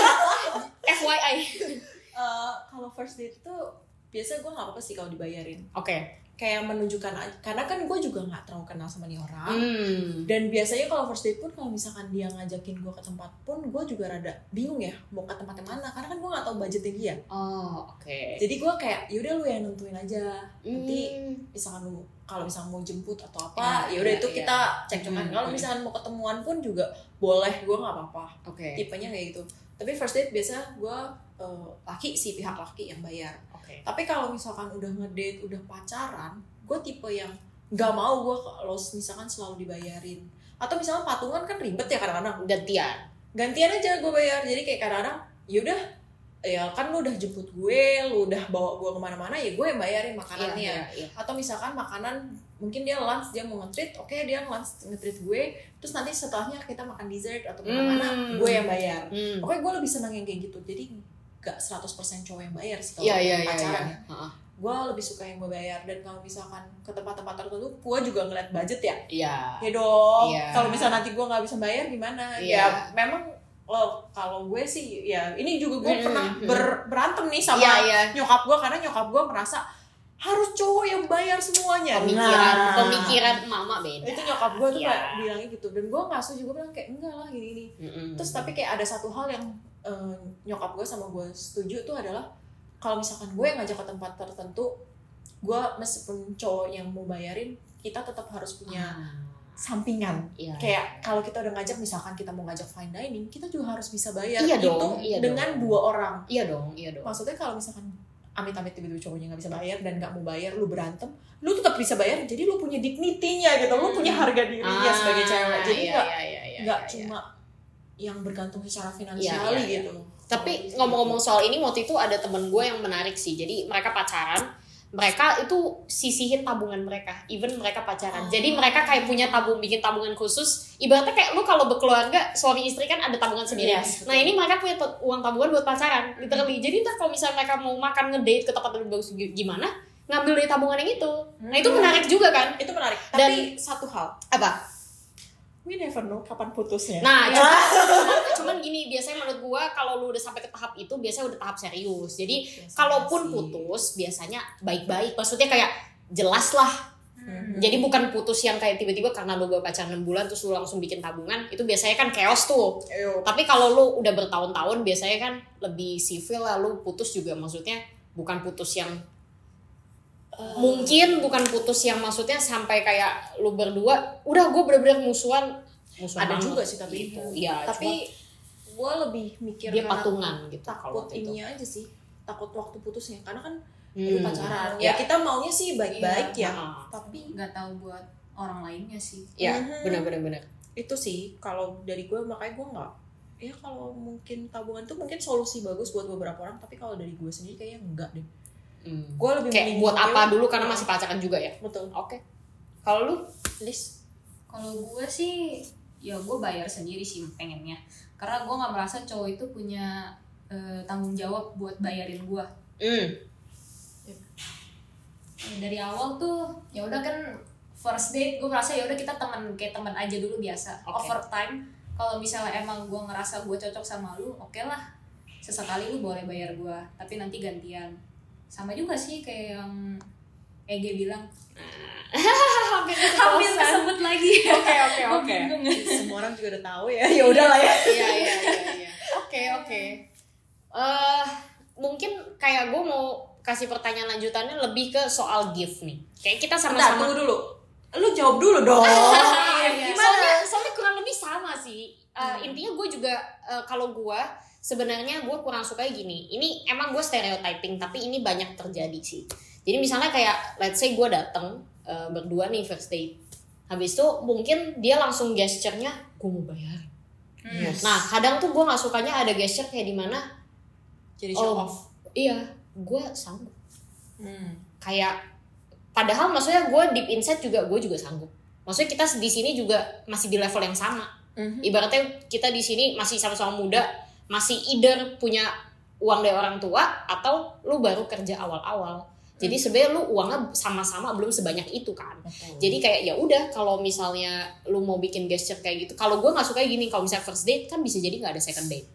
Speaker 1: FYI
Speaker 2: eh, kalau first date tuh biasa gue nggak apa-apa sih kalau dibayarin
Speaker 1: oke
Speaker 2: kayak menunjukkan aja- karena kan gue juga nggak terlalu kenal sama nih orang
Speaker 1: hmm
Speaker 2: dan biasanya kalau first date pun kalau misalkan dia ngajakin gue ke tempat pun gue juga rada bingung ya mau ke tempat yang mana karena kan gue nggak tahu budgetnya dia
Speaker 1: oh oke
Speaker 2: jadi gue kayak yaudah lu yang nentuin aja nanti
Speaker 1: Hmm.
Speaker 2: misalkan lu kalau misalkan mau jemput atau apa
Speaker 1: Ya,
Speaker 2: ya udah
Speaker 1: iya,
Speaker 2: itu
Speaker 1: iya.
Speaker 2: kita cekcokan
Speaker 1: Hmm,
Speaker 2: kalau
Speaker 1: hmm.
Speaker 2: misalkan mau ketemuan pun juga boleh gue nggak apa-apa
Speaker 1: oke
Speaker 2: tipenya kayak gitu tapi first date biasa gue eh, laki si pihak laki yang bayar
Speaker 1: oke
Speaker 2: tapi kalau misalkan udah ngedate udah pacaran gue tipe yang nggak mau gue kalau misalkan selalu dibayarin atau misalkan patungan kan ribet ya kadang-kadang
Speaker 1: gantian
Speaker 2: gantian aja gue bayar jadi kayak kadang-kadang yaudah ya kan lu udah jemput gue lu udah bawa gue kemana-mana ya gue yang bayarin makanannya
Speaker 1: iya iya
Speaker 2: atau misalkan makanan mungkin dia lunch dia mau nge-treat oke dia lunch nge-treat gue terus nanti setelahnya kita makan dessert atau makan mana
Speaker 1: Hmm.
Speaker 2: gue yang bayar
Speaker 1: hmm
Speaker 2: oke gue lebih seneng yang kayak gitu jadi gak 100% cowok yang bayar sih kalau
Speaker 1: iya iya iya iya
Speaker 2: pacaran ya
Speaker 1: Ha-ha.
Speaker 2: gue lebih suka yang gue bayar dan kalau misalkan ke tempat-tempat tertentu gue juga ngeliat budget ya
Speaker 1: iya
Speaker 2: ya dong
Speaker 1: Iya.
Speaker 2: kalau misalnya nanti gue nggak bisa bayar gimana
Speaker 1: Iya.
Speaker 2: ya memang lo kalau gue sih ya ini juga gue
Speaker 1: Hmm,
Speaker 2: pernah
Speaker 1: hmm.
Speaker 2: ber- berantem nih sama
Speaker 1: iya iya
Speaker 2: nyokap gue karena nyokap gue merasa harus cowok yang bayar semuanya
Speaker 1: pemikiran
Speaker 2: Nah,
Speaker 1: pemikiran mama beda
Speaker 2: itu nyokap gue tuh
Speaker 1: Iya.
Speaker 2: kayak bilangnya gitu dan gue nggak setuju gue bilang kayak enggak lah gini gini
Speaker 1: Mm-mm.
Speaker 2: Eh, terus tapi kayak ada satu hal yang eh, nyokap gue sama gue setuju tuh adalah kalau misalkan gue yang ngajak ke tempat tertentu gue meskipun cowok yang mau bayarin kita tetap harus punya
Speaker 1: Ah,
Speaker 2: sampingan
Speaker 1: iya
Speaker 2: ya. kayak kalau kita udah ngajak misalkan kita mau ngajak fine dining kita juga harus bisa bayar
Speaker 1: Iya
Speaker 2: itu
Speaker 1: dong, iya
Speaker 2: dengan
Speaker 1: dong.
Speaker 2: dua orang
Speaker 1: iya dong iya dong
Speaker 2: maksudnya kalau misalkan amit-amit tiba-tiba cowoknya nggak bisa bayar dan nggak mau bayar lu berantem lu tetap bisa bayar jadi lu punya dignity-nya gitu lu punya harga
Speaker 1: Ah,
Speaker 2: dirinya sebagai cewek jadi
Speaker 1: iya,
Speaker 2: nggak
Speaker 1: iya, iya, iya,
Speaker 2: nggak
Speaker 1: iya, iya.
Speaker 2: cuma yang bergantung secara
Speaker 1: Iya,
Speaker 2: finansial
Speaker 1: iya, iya.
Speaker 2: gitu
Speaker 1: Tapi ngomong-ngomong soal ini waktu itu ada temen gue yang menarik sih. Jadi mereka pacaran, mereka itu sisihin tabungan mereka, even mereka pacaran.
Speaker 2: Oh.
Speaker 1: Jadi mereka kayak punya tabung, bikin tabungan khusus. Ibaratnya kayak lu kalau berkeluarga, suami istri kan ada tabungan sendiri.
Speaker 2: Yes,
Speaker 1: nah
Speaker 2: betul.
Speaker 1: ini mereka punya t- uang tabungan buat pacaran, literally. Jadi ntar kalau misalnya mereka mau makan ngedate ke tempat yang bagus gi- gimana, ngambil dari tabungan yang itu. Nah itu
Speaker 2: Hmm.
Speaker 1: menarik juga kan?
Speaker 2: itu menarik
Speaker 1: Dan-
Speaker 2: tapi satu hal
Speaker 1: Apa?
Speaker 2: we never know kapan putusnya
Speaker 1: Nah, cuman,
Speaker 2: Ya. <laughs>
Speaker 1: cuman- cuman gini biasanya menurut gua kalau lu udah sampai ke tahap itu biasanya udah tahap serius. Jadi
Speaker 2: Biasanya
Speaker 1: kalaupun
Speaker 2: Iya sih.
Speaker 1: putus biasanya baik-baik. Maksudnya kayak jelas lah.
Speaker 2: Hmm.
Speaker 1: Jadi bukan putus yang kayak tiba-tiba karena lu baru pacaran 6 bulan terus lu langsung bikin tabungan, itu biasanya kan chaos tuh.
Speaker 2: Ayo.
Speaker 1: Tapi kalau lu udah bertahun-tahun biasanya kan lebih civil lah lu putus juga maksudnya bukan putus yang mungkin bukan putus yang maksudnya sampai kayak lu berdua udah gue bener-bener musuhan musuhan
Speaker 2: ada
Speaker 1: banget
Speaker 2: juga sih tapi
Speaker 1: gitu. Iya, cuma-
Speaker 2: tapi gue lebih mikir
Speaker 1: dia
Speaker 2: karena
Speaker 1: patungan gitu
Speaker 2: takut
Speaker 1: waktu
Speaker 2: ininya aja sih takut waktu putusnya karena kan
Speaker 1: Hmm.
Speaker 2: Dulu pacaran ya kita maunya sih baik-baik
Speaker 1: Iya.
Speaker 2: ya
Speaker 1: Heeh.
Speaker 2: tapi
Speaker 3: nggak tahu buat orang lainnya sih
Speaker 1: ya
Speaker 2: Mhm.
Speaker 1: benar benar benar
Speaker 2: itu sih kalau dari gue makanya gue nggak ya kalau mungkin tabungan tuh mungkin solusi bagus buat beberapa orang tapi kalau dari gue sendiri kayaknya enggak deh
Speaker 1: Hmm.
Speaker 2: gue lebih
Speaker 1: kayak
Speaker 2: mending
Speaker 1: buat
Speaker 2: gue-
Speaker 1: apa dulu karena masih pacaran juga ya
Speaker 2: betul
Speaker 1: oke kalau lu
Speaker 2: list
Speaker 3: kalau gue sih ya gue bayar sendiri sih pengennya karena gue nggak merasa cowok itu punya eh, tanggung jawab buat bayarin gue
Speaker 1: hmm.
Speaker 3: Eh, dari awal tuh ya udah kan first date gue merasa ya udah kita teman kayak teman aja dulu biasa
Speaker 1: Oke.
Speaker 3: overtime kalau misalnya emang gue ngerasa gue cocok sama lu oke lah sesekali lu boleh bayar gue tapi nanti gantian sama juga sih kayak yang Ege <laughs> bilang
Speaker 1: hampir <laughs>
Speaker 3: hampir
Speaker 1: keceplosan.
Speaker 3: kesebut lagi
Speaker 2: Oke oke
Speaker 3: <laughs> Gua
Speaker 2: oke.
Speaker 3: bingung.
Speaker 2: Semua orang juga udah tahu ya. <laughs> Ya udahlah ya.
Speaker 1: iya iya iya, iya oke oke eh mungkin kayak gue mau kasih pertanyaan lanjutannya lebih ke soal gift nih kayak kita
Speaker 2: Bentar,
Speaker 1: sama-sama
Speaker 2: tunggu dulu. Lu jawab dulu
Speaker 1: <laughs>
Speaker 2: dong.
Speaker 3: Oh, iya,
Speaker 1: soalnya soalnya kurang lebih sama sih Eh,
Speaker 2: Hmm.
Speaker 1: intinya gue juga eh, kalau gue sebenarnya gue kurang suka gini ini emang gue stereotyping tapi ini banyak terjadi sih jadi misalnya kayak let's say gue dateng eh, berdua nih first date habis itu mungkin dia langsung gesturnya gue mau bayar
Speaker 2: Yes.
Speaker 1: Nah, kadang tuh gue nggak sukanya ada gesture kayak di mana
Speaker 2: Jadi show
Speaker 1: oh,
Speaker 2: off.
Speaker 1: Iya, gue sanggup.
Speaker 2: Hmm.
Speaker 1: Kayak padahal maksudnya gue deep inside juga gue juga sanggup. Maksudnya kita di sini juga masih di level yang sama. Ibaratnya kita di sini masih sama-sama muda, masih either punya uang dari orang tua atau lu baru kerja awal-awal. Jadi sebenarnya lu uangnya sama-sama belum sebanyak itu kan
Speaker 2: Hmm.
Speaker 1: jadi kayak ya udah kalau misalnya lu mau bikin gesture kayak gitu kalau gue nggak suka gini kalau misalnya first date kan bisa jadi nggak ada second date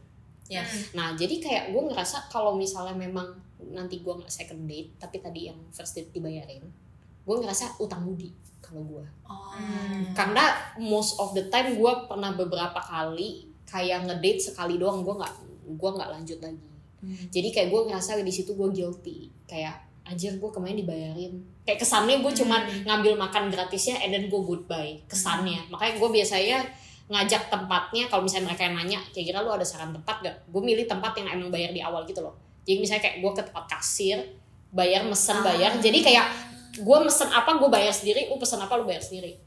Speaker 3: Hmm.
Speaker 2: Yes.
Speaker 1: nah jadi kayak gue ngerasa kalau misalnya memang nanti gue nggak second date tapi tadi yang first date dibayarin gue ngerasa utang budi kalau gue
Speaker 3: Hmm.
Speaker 1: karena most of the time gue pernah beberapa kali kayak ngedate sekali doang gue nggak gue nggak lanjut lagi
Speaker 2: Hmm.
Speaker 1: jadi kayak gue ngerasa di situ gue guilty kayak anjir gue kemarin dibayarin kayak kesannya gue cuman ngambil makan gratisnya and then gue goodbye kesannya makanya gue biasanya ngajak tempatnya kalau misalnya mereka yang nanya kayak kira lu ada saran tempat gak gue milih tempat yang emang bayar di awal gitu loh jadi misalnya kayak gue ke tempat kasir bayar mesen bayar jadi kayak gue mesen apa gue bayar sendiri lu pesen apa lu bayar sendiri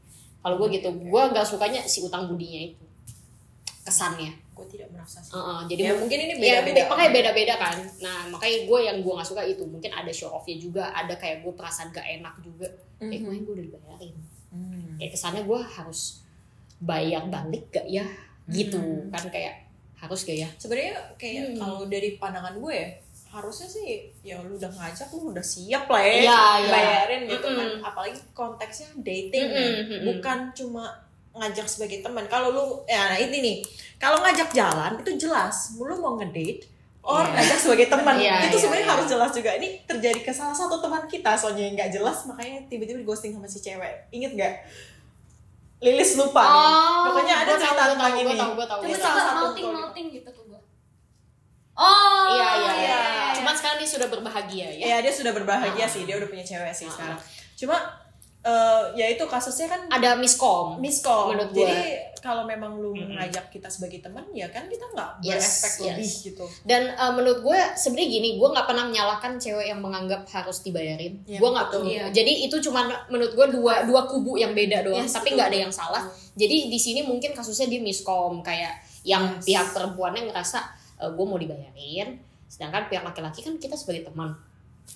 Speaker 1: kalau gue gitu gue gak sukanya si utang budinya itu kesannya
Speaker 2: Gue tidak merasa sih.
Speaker 1: Heeh, Oh, jadi
Speaker 2: Ya,
Speaker 1: mungkin
Speaker 2: mungkin ini
Speaker 1: ya
Speaker 2: beda-beda.
Speaker 1: makanya beda-beda kan nah makanya gue yang gue nggak suka itu mungkin ada show offnya juga ada kayak gue perasaan gak enak juga kayak
Speaker 2: Mhm.
Speaker 1: kemarin gue udah dibayarin
Speaker 2: Hmm.
Speaker 1: kayak kesannya gue harus bayar balik gak ya gitu
Speaker 2: Mhm.
Speaker 1: kan kayak harus gak ya
Speaker 2: sebenarnya kayak
Speaker 1: Hmm.
Speaker 2: kalau dari pandangan gue ya, harusnya sih ya lu udah ngajak lu udah siap lah ya
Speaker 1: Iya, iya.
Speaker 2: bayarin gitu kan
Speaker 1: Mm-mm.
Speaker 2: apalagi konteksnya dating
Speaker 1: Mm-mm,
Speaker 2: ya.
Speaker 1: mm-mm.
Speaker 2: bukan cuma ngajak sebagai teman kalau lu ya nah ini nih kalau ngajak jalan itu jelas lu mau ngedate or
Speaker 1: Iya.
Speaker 2: ngajak sebagai teman
Speaker 1: Iya,
Speaker 2: itu
Speaker 1: iya,
Speaker 2: sebenarnya
Speaker 1: iya.
Speaker 2: harus jelas juga ini terjadi ke salah satu teman kita soalnya yang nggak jelas makanya tiba-tiba di ghosting sama si cewek inget nggak Lilis lupa nih. pokoknya
Speaker 1: Oh,
Speaker 2: ada
Speaker 1: gua tahu, gua
Speaker 2: cerita tentang
Speaker 1: tahu,
Speaker 2: ini
Speaker 1: gua tahu, gua tahu,
Speaker 3: Tapi
Speaker 1: gua
Speaker 2: Salah
Speaker 3: suka Oh,
Speaker 2: satu
Speaker 3: melting
Speaker 2: goal.
Speaker 3: melting gitu tuh gua. Oh.
Speaker 1: tahu. iya iya
Speaker 2: iya,
Speaker 1: iya
Speaker 2: iya.
Speaker 1: cuman sekarang dia sudah berbahagia ya
Speaker 2: ya dia sudah berbahagia sih dia udah punya cewek sih
Speaker 1: Ah,
Speaker 2: sekarang cuma eh, ya itu kasusnya kan
Speaker 1: ada miskom Ah,
Speaker 2: miskom
Speaker 1: Menurut
Speaker 2: jadi kalau memang lu
Speaker 1: Mm-mm.
Speaker 2: ngajak kita sebagai teman ya kan kita nggak
Speaker 1: Yes,
Speaker 2: berespek
Speaker 1: yes.
Speaker 2: lebih gitu
Speaker 1: dan eh, menurut gue sebenarnya gini gue nggak pernah menyalahkan cewek yang menganggap harus dibayarin
Speaker 2: Iya,
Speaker 1: gue nggak
Speaker 2: betul.
Speaker 1: punya.
Speaker 3: Iya.
Speaker 1: jadi itu cuma menurut gue dua dua kubu yang beda doang
Speaker 2: Yes,
Speaker 1: tapi
Speaker 2: Iya, betul.
Speaker 1: nggak ada yang salah jadi di sini mungkin kasusnya dia miskom kayak yang
Speaker 2: Yes.
Speaker 1: pihak perempuannya ngerasa "Eh, gue mau dibayarin sedangkan pihak laki-laki kan kita sebagai teman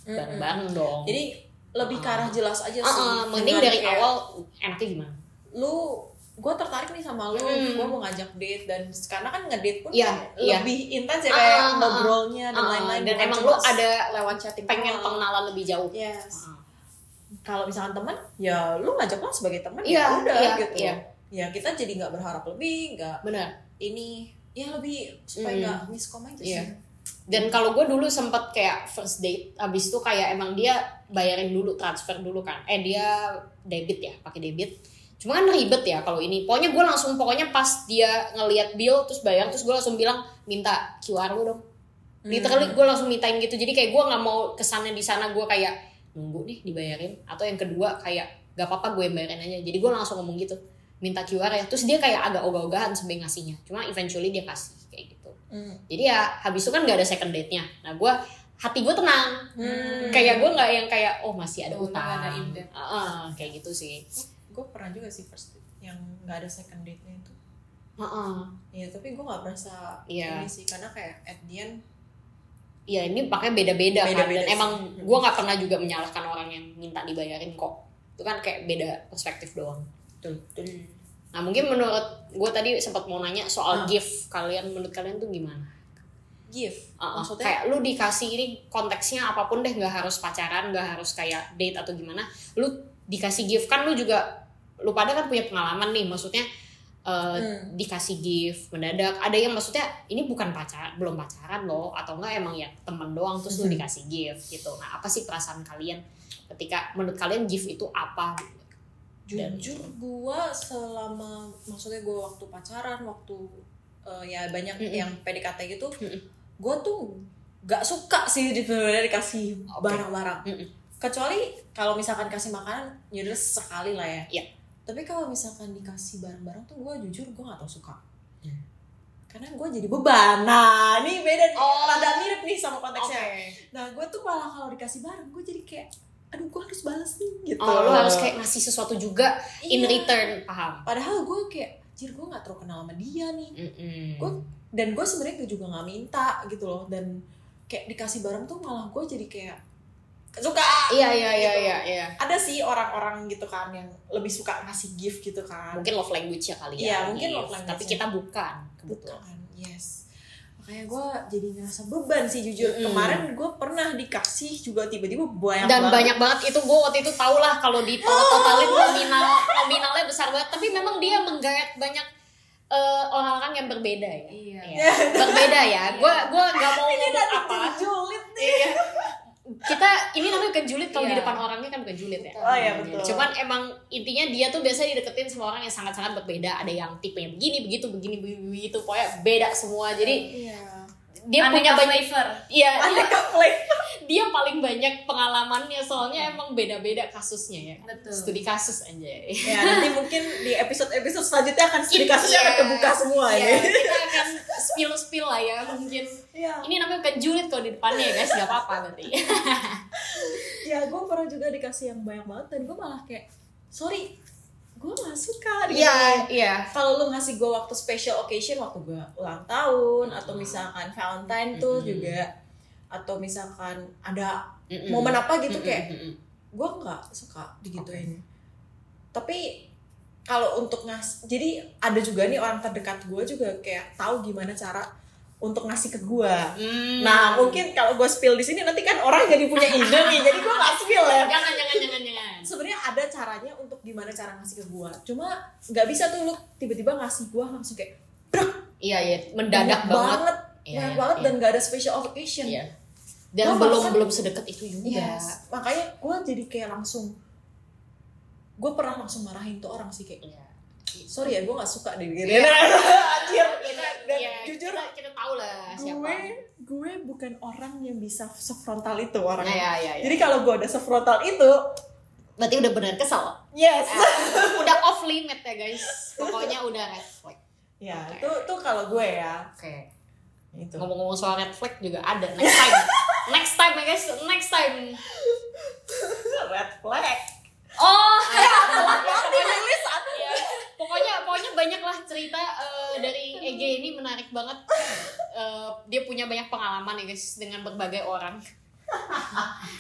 Speaker 2: Mm-mm.
Speaker 1: bareng-bareng dong
Speaker 2: jadi lebih ke arah jelas aja sih
Speaker 1: Ah, ah, mending
Speaker 2: Dengan
Speaker 1: dari
Speaker 2: kayak,
Speaker 1: awal enaknya gimana
Speaker 2: lu gue tertarik nih sama lu
Speaker 1: Mm.
Speaker 2: gue mau ngajak date dan karena kan ngedate pun
Speaker 1: Iya,
Speaker 2: kan
Speaker 1: iya.
Speaker 2: lebih intens ya
Speaker 1: Ah,
Speaker 2: kayak
Speaker 1: ah, ah.
Speaker 2: ngobrolnya dan
Speaker 1: Ah,
Speaker 2: lain-lain
Speaker 1: dan
Speaker 2: bukan
Speaker 1: emang
Speaker 2: cuma
Speaker 1: lu ada
Speaker 2: lewat chatting
Speaker 1: pengen
Speaker 2: doang.
Speaker 1: pengenalan lebih jauh
Speaker 2: yes
Speaker 1: Ah.
Speaker 2: kalau misalkan teman ya lu ngajak lah sebagai teman ya
Speaker 1: Iya,
Speaker 2: udah
Speaker 1: iya,
Speaker 2: gitu
Speaker 1: iya.
Speaker 2: ya kita jadi nggak berharap lebih nggak
Speaker 1: bener
Speaker 2: ini ya lebih supaya
Speaker 1: Hmm.
Speaker 2: nggak miskom aja sih
Speaker 1: Iya. dan kalau gue dulu sempet kayak first date abis itu kayak emang dia bayarin dulu transfer dulu kan eh dia debit ya pakai debit cuma kan ribet ya kalau ini pokoknya gue langsung pokoknya pas dia ngelihat bill terus bayar terus gue langsung bilang minta QR lu dong
Speaker 2: Hmm.
Speaker 1: literally gue langsung mintain gitu jadi kayak gue nggak mau kesannya di sana gue kayak nunggu nih dibayarin atau yang kedua kayak gak apa-apa gue yang bayarin aja jadi gue langsung ngomong gitu minta QR ya terus dia kayak agak ogah-ogahan sebenarnya ngasihnya cuma eventually dia kasih kayak gitu
Speaker 2: Hmm.
Speaker 1: jadi ya habis itu kan nggak ada second date nya nah gue hati gue tenang
Speaker 2: Hmm.
Speaker 1: kayak gue nggak yang kayak oh masih ada
Speaker 3: Oh,
Speaker 1: utang
Speaker 3: nggak ada impact.
Speaker 1: Heeh, kayak gitu sih
Speaker 2: gue pernah juga sih first date yang nggak ada second date nya itu
Speaker 1: Heeh.
Speaker 2: Iya tapi gue nggak merasa
Speaker 1: Iya.
Speaker 2: ini sih karena kayak at the end
Speaker 1: ya ini pakai beda-beda kan
Speaker 2: Beda-beda
Speaker 1: dan
Speaker 2: sih. Hmm.
Speaker 1: emang gue nggak pernah juga menyalahkan orang yang minta dibayarin kok itu kan kayak beda perspektif doang
Speaker 2: tuh
Speaker 1: nah mungkin menurut gue tadi sempat mau nanya soal
Speaker 2: Ah.
Speaker 1: gift kalian menurut kalian tuh gimana
Speaker 2: give
Speaker 1: Heeh,
Speaker 2: maksudnya
Speaker 1: Uh-uh. kayak lu dikasih ini konteksnya apapun deh nggak harus pacaran nggak harus kayak date atau gimana lu dikasih gift kan lu juga lu pada kan punya pengalaman nih maksudnya eh,
Speaker 2: Hmm.
Speaker 1: dikasih gift mendadak ada yang maksudnya ini bukan pacar belum pacaran loh atau enggak emang ya teman doang terus lu
Speaker 2: Mhm.
Speaker 1: dikasih gift gitu nah apa sih perasaan kalian ketika menurut kalian gift itu apa Gitu. Dan-
Speaker 2: jujur gua selama maksudnya gua waktu pacaran waktu eh, ya banyak
Speaker 1: Mm-mm.
Speaker 2: yang PDKT gitu
Speaker 1: Mm-mm.
Speaker 2: gua tuh gak suka sih sebenarnya dikasih
Speaker 1: Oke.
Speaker 2: barang-barang
Speaker 1: Mm-mm.
Speaker 2: kecuali kalau misalkan kasih makanan yaudah sekali lah ya
Speaker 1: Iya.
Speaker 2: tapi kalau misalkan dikasih barang-barang tuh gua jujur gua gak tau suka
Speaker 1: Hmm.
Speaker 2: karena gua jadi beban nah ini beda nih
Speaker 1: Oh.
Speaker 2: rada mirip nih sama
Speaker 3: Iya,
Speaker 1: oke
Speaker 2: konteksnya nah gua tuh malah kalau dikasih barang gua jadi kayak aduh gua harus balas nih gitu
Speaker 1: oh lu harus kayak ngasih sesuatu juga in
Speaker 2: Iya
Speaker 1: return paham
Speaker 2: padahal gue kayak jir gue nggak terlalu kenal sama dia nih
Speaker 1: Mm-mm.
Speaker 2: Gua- dan gue sebenarnya juga nggak minta gitu loh dan kayak dikasih barang tuh malah gue jadi kayak suka
Speaker 1: iya iya iya
Speaker 2: Gitu.
Speaker 1: iya iya
Speaker 2: ada sih orang-orang gitu kan yang lebih suka ngasih gift gitu kan
Speaker 1: mungkin love language ya kali ya
Speaker 2: Iya, mungkin
Speaker 1: gift.
Speaker 2: love language-nya.
Speaker 1: tapi kita bukan kebetulan
Speaker 2: bukan Gitu kan, yes makanya gue jadi ngerasa beban sih jujur
Speaker 1: Mm.
Speaker 2: kemarin gue pernah dikasih juga tiba-tiba banyak
Speaker 1: dan
Speaker 2: banget.
Speaker 1: banyak banget itu gue waktu itu tau lah kalau di totalin nominal nominalnya besar banget tapi memang dia menggayat banyak eh, orang-orang yang berbeda ya
Speaker 3: Iya.
Speaker 1: Iya, berbeda ya gue gua nggak mau
Speaker 2: ini
Speaker 1: ngomong
Speaker 2: nanti
Speaker 1: apa
Speaker 2: julid nih
Speaker 1: Iya. kita ini namanya bukan julid kalau di
Speaker 3: Iya.
Speaker 1: depan orangnya kan bukan julid ya
Speaker 3: Betul.
Speaker 2: oh ya betul
Speaker 1: cuman emang intinya dia tuh biasa dideketin sama orang yang sangat-sangat berbeda ada yang tipenya begini begitu begini begini, begitu pokoknya beda semua jadi
Speaker 2: iya
Speaker 1: dia punya banyak
Speaker 3: flavor.
Speaker 1: iya
Speaker 2: ada komplain
Speaker 1: dia paling banyak pengalamannya soalnya emang beda-beda kasusnya ya
Speaker 3: Betul.
Speaker 1: studi kasus anjay
Speaker 2: ya nanti mungkin di episode episode selanjutnya akan studi
Speaker 1: Iya.
Speaker 2: kasusnya akan kebuka semua
Speaker 1: Iya,
Speaker 2: ya
Speaker 1: kita akan spill spill lah ya mungkin
Speaker 2: Iya.
Speaker 1: ini namanya bukan julid kalau di depannya ya guys nggak apa-apa berarti
Speaker 2: ya gue pernah juga dikasih yang banyak banget dan gue malah kayak sorry gue gak suka gitu.
Speaker 1: iya
Speaker 2: kalau lu ngasih gue waktu special occasion waktu gue ulang tahun atau misalkan Valentine tuh
Speaker 1: Mm-mm.
Speaker 2: juga atau misalkan ada
Speaker 1: Mm-mm.
Speaker 2: momen apa gitu
Speaker 1: Mm-mm,
Speaker 2: kayak
Speaker 1: mm-mm.
Speaker 2: gue nggak suka digituin tapi kalau untuk ngas jadi ada juga nih orang terdekat gue juga kayak tahu gimana cara untuk ngasih ke gue
Speaker 1: Hmm.
Speaker 2: Nah mungkin kalau gue spill di sini nanti kan orang jadi punya ide nih, jadi gue nggak spill ya.
Speaker 1: jangan jangan jangan jangan
Speaker 2: Sebenarnya ada caranya untuk gimana cara ngasih ke gue. Cuma nggak bisa tuh lu tiba-tiba ngasih gue langsung kayak
Speaker 1: iya iya mendadak
Speaker 2: banyak
Speaker 1: banget Iya,
Speaker 2: banyak
Speaker 1: iya,
Speaker 2: banget
Speaker 1: iya.
Speaker 2: dan nggak ada special occasion.
Speaker 1: Iya. dan
Speaker 2: Gua
Speaker 1: belum
Speaker 2: bahkan-
Speaker 1: belum sedekat itu juga
Speaker 2: Yes. Makanya gue jadi kayak langsung gue pernah langsung marahin tuh orang sih kayak
Speaker 1: Iya.
Speaker 2: sorry ya gue nggak suka deh gitu.
Speaker 1: Iya.
Speaker 2: <laughs> Anjir.
Speaker 1: Kita-
Speaker 2: Dan
Speaker 1: iya,
Speaker 2: jujur
Speaker 1: kita, kita tahu lah Ah, siapa
Speaker 2: gue gue bukan orang yang bisa sefrontal itu orangnya.
Speaker 1: Iya, iya, iya.
Speaker 2: Jadi kalau gue udah sefrontal itu,
Speaker 1: berarti udah benar kesel
Speaker 2: yes.
Speaker 1: Eh, <laughs> udah off limit ya guys pokoknya udah red flag
Speaker 2: Ya,
Speaker 1: Oke.
Speaker 2: itu tuh kalau gue ya.
Speaker 1: oke
Speaker 2: Itu.
Speaker 1: ngomong-ngomong soal red flag juga ada next time next time ya guys next time
Speaker 2: Red flag. <laughs>
Speaker 1: oh
Speaker 2: Dirilis satu.
Speaker 1: ya. pokoknya pokoknya banyak lah cerita eh, dari Eg ini menarik banget Eh, dia punya banyak pengalaman ya guys dengan berbagai orang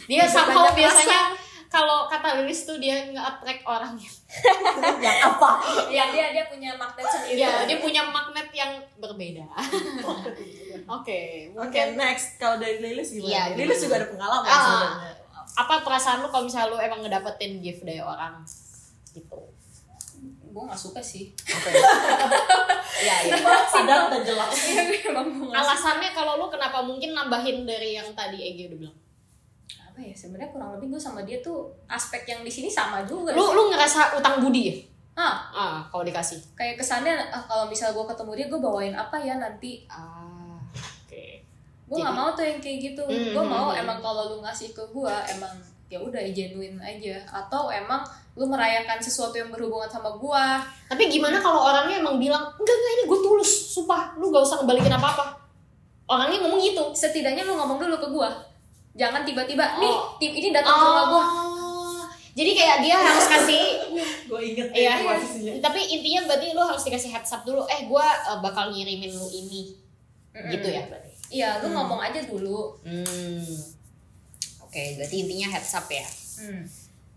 Speaker 1: dia somehow
Speaker 3: banyak
Speaker 1: biasanya kalau kata Lilis tuh dia nge-attract orang
Speaker 2: Yang apa?
Speaker 3: Iya, dia dia punya magnet sendiri.
Speaker 1: ya dia punya magnet yang berbeda <laughs> oke
Speaker 2: Oke,
Speaker 1: mungkin
Speaker 2: next. Kalau dari Lilis gimana?
Speaker 1: Iya,
Speaker 2: Lilis
Speaker 1: gimana?
Speaker 2: juga ada pengalaman
Speaker 1: Ah.
Speaker 2: sebenarnya.
Speaker 1: apa perasaan lu kalau misalnya lu emang ngedapetin gift dari orang gitu
Speaker 3: Gue gak suka
Speaker 1: <laughs>
Speaker 3: sih.
Speaker 1: Iya, iya.
Speaker 2: Sadar dan
Speaker 1: Oh,
Speaker 2: jelas.
Speaker 3: Iya, memang gue gak suka.
Speaker 1: Alasannya kalau lu kenapa mungkin nambahin dari yang tadi Egi udah bilang.
Speaker 3: Apa ya, sebenarnya kurang lebih gue sama dia tuh aspek yang di sini sama juga.
Speaker 1: Lu
Speaker 3: sih.
Speaker 1: lu ngerasa utang budi ya?
Speaker 3: Ah,
Speaker 1: Ah, kalau dikasih.
Speaker 3: kayak kesannya ah, kalau misal gue ketemu dia gue bawain apa ya nanti
Speaker 1: Ah, oke.
Speaker 3: gue nggak
Speaker 1: Jadi-
Speaker 3: mau tuh yang kayak gitu
Speaker 1: Hmm,
Speaker 3: gue
Speaker 1: hmm,
Speaker 3: mau
Speaker 1: hmm.
Speaker 3: emang kalau lu ngasih ke gue emang ya udah genuine aja atau emang lu merayakan sesuatu yang berhubungan sama gue
Speaker 1: Tapi gimana kalau orangnya emang bilang, "Enggak, enggak ini gue tulus, sumpah, lu gak usah ngebalikin apa-apa." Orangnya ngomong gitu.
Speaker 3: setidaknya lu ngomong dulu ke gue jangan tiba-tiba nih
Speaker 1: Oh.
Speaker 3: tim ini datang ke rumah gue
Speaker 1: Jadi kayak dia harus <laughs> kasih
Speaker 2: gue inget
Speaker 1: Oh. Iya.
Speaker 2: ya posisinya.
Speaker 1: tapi intinya berarti lu harus dikasih heads up dulu. Eh, gua eh, bakal ngirimin lu ini. Gitu ya berarti.
Speaker 3: iya lu ngomong aja dulu
Speaker 1: Hmm. Oke, berarti intinya heads up ya.